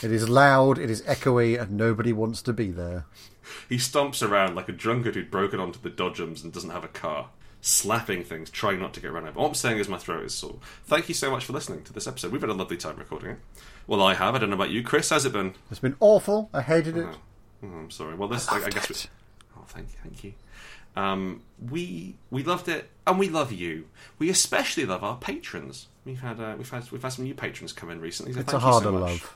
B: It is loud, it is echoey, and nobody wants to be there.
A: He stomps around like a drunkard who'd broken onto the dodgems and doesn't have a car, slapping things, trying not to get run over. All I'm saying is my throat is sore. Thank you so much for listening to this episode. We've had a lovely time recording it. Well, I have. I don't know about you, Chris. Has it been?
B: It's been awful. I hated it.
A: Oh, I'm sorry. Well, this I, I guess.
B: it.
A: We... Oh, thank you, thank you. Um, we we loved it, and we love you. We especially love our patrons. We've had uh, we've had we've had some new patrons come in recently. So
B: It's a
A: thank
B: harder
A: you so much.
B: love.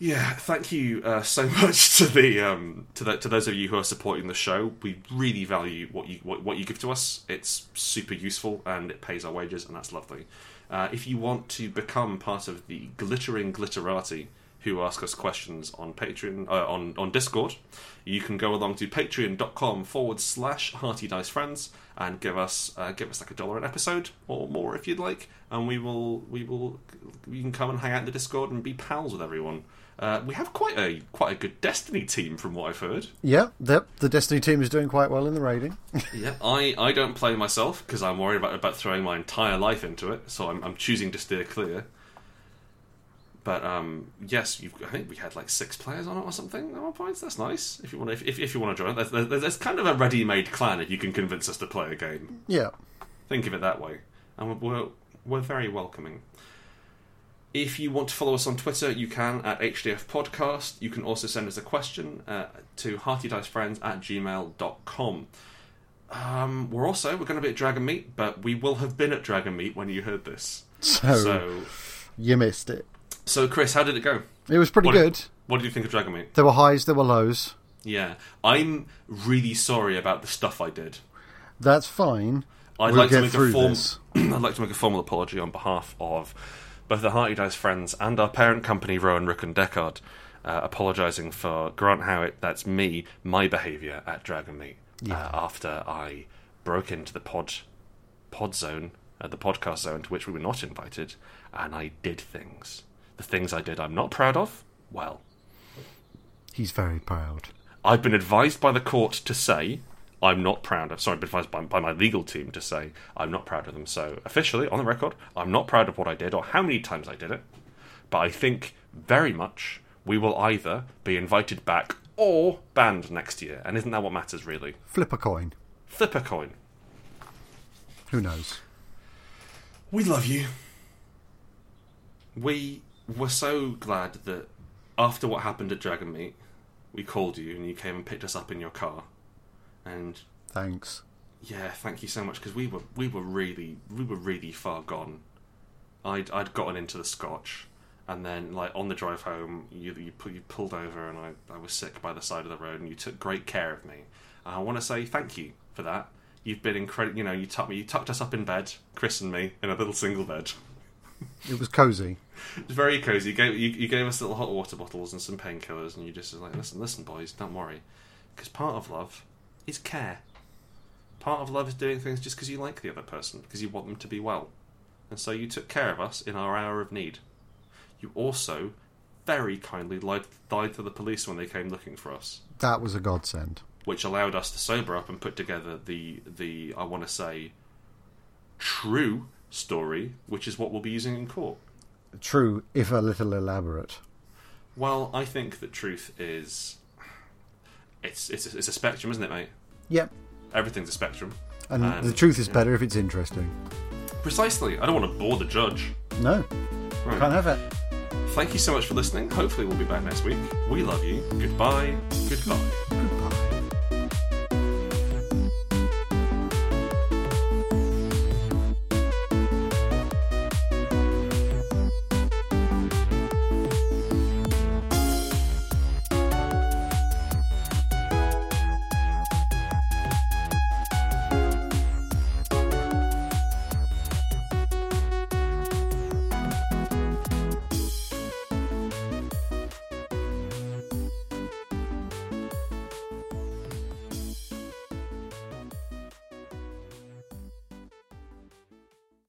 A: Yeah, thank you uh, so much to the um, to the, to those of you who are supporting the show. We really value what you what, what you give to us. It's super useful and it pays our wages, and that's lovely. Uh, if you want to become part of the glittering glitterati who ask us questions on Patreon uh, on on Discord, you can go along to patreon.com forward slash hearty dice friends and give us uh, give us like a dollar an episode or more if you'd like, and we will we will you can come and hang out in the Discord and be pals with everyone. Uh, we have quite a quite a good Destiny team, from what I've heard.
B: Yeah, the, the Destiny team is doing quite well in the rating.
A: Yeah, I, I don't play myself because I'm worried about about throwing my entire life into it, so I'm I'm choosing to steer clear. But um, yes, you've, I think we had like six players on it or something at one point. so That's nice. If you want, to, if, if if you want to join, there's, there's, there's kind of a ready-made clan if you can convince us to play a game.
B: yeah.
A: Think of it that way. And we're, we're, we're very welcoming. If you want to follow us on Twitter, you can at HDF Podcast. You can also send us a question uh, to heartydicefriends at gmail.com. Um, we're also, we're going to be at Dragon Meet, but we will have been at Dragon Meet when you heard this.
B: So,
A: So,
B: you missed it.
A: so Chris, how did it go?
B: It was pretty
A: What-
B: good.
A: What did you think of Dragon Meet?
B: There were highs, there were lows.
A: Yeah. I'm really sorry about the stuff I did.
B: That's fine.
A: I'd
B: we'll
A: like
B: get
A: to make
B: through
A: a form-
B: this.
A: I'd like to make a formal apology on behalf of both the Hearty Dice friends and our parent company, Rowan Rook and Deckard, uh, apologising for Grant Howitt. That's me, my behaviour at Dragon Meet uh, after I broke into the pod pod zone, uh, the podcast zone to which we were not invited, and I did things. The things I did, I'm not proud of. Well,
B: He's very proud.
A: I've been advised by the court to say I'm not proud of. Sorry, I've been advised by, by my legal team to say I'm not proud of them. So officially, on the record, I'm not proud of what I did or how many times I did it. But I think very much we will either be invited back or banned next year. And isn't that what matters really?
B: Flip a coin.
A: Flip a coin.
B: Who knows?
A: We love you. We were so glad that after what happened at Dragon Meet, we called you and you came and picked us up in your car. And
B: Thanks.
A: Yeah, thank you so much because we were we were really we were really far gone. I'd I'd gotten into the scotch, and then like on the drive home, you you, pu- you pulled over, and I I was sick by the side of the road, and you took great care of me. And I want to say thank you for that. You've been incredible. You know, you tucked me, you tucked us up in bed, Chris and me, in a little single bed.
B: It was cozy.
A: It was very cozy. You gave you, you gave us little hot water bottles and some painkillers, and you just was like, listen, listen, boys, don't worry, because part of love is care. Part of love is doing things just because you like the other person, because you want them to be well, and so you took care of us in our hour of need. You also very kindly lied, lied to the police when they came looking for us,
B: That was a godsend.
A: which allowed us to sober up and put together the the I want to say true story, which is what we'll be using in court.
B: True, if a little elaborate.
A: Well, I think that truth is it's it's it's a spectrum, isn't it, mate?
B: Yep.
A: Everything's a spectrum.
B: And
A: Um,
B: the truth is better if it's interesting.
A: Precisely. I don't want to bore the judge.
B: No,
A: Right.
B: can't have it.
A: Thank you so much for listening. Hopefully, we'll be back next week. We love you. Goodbye. Goodbye.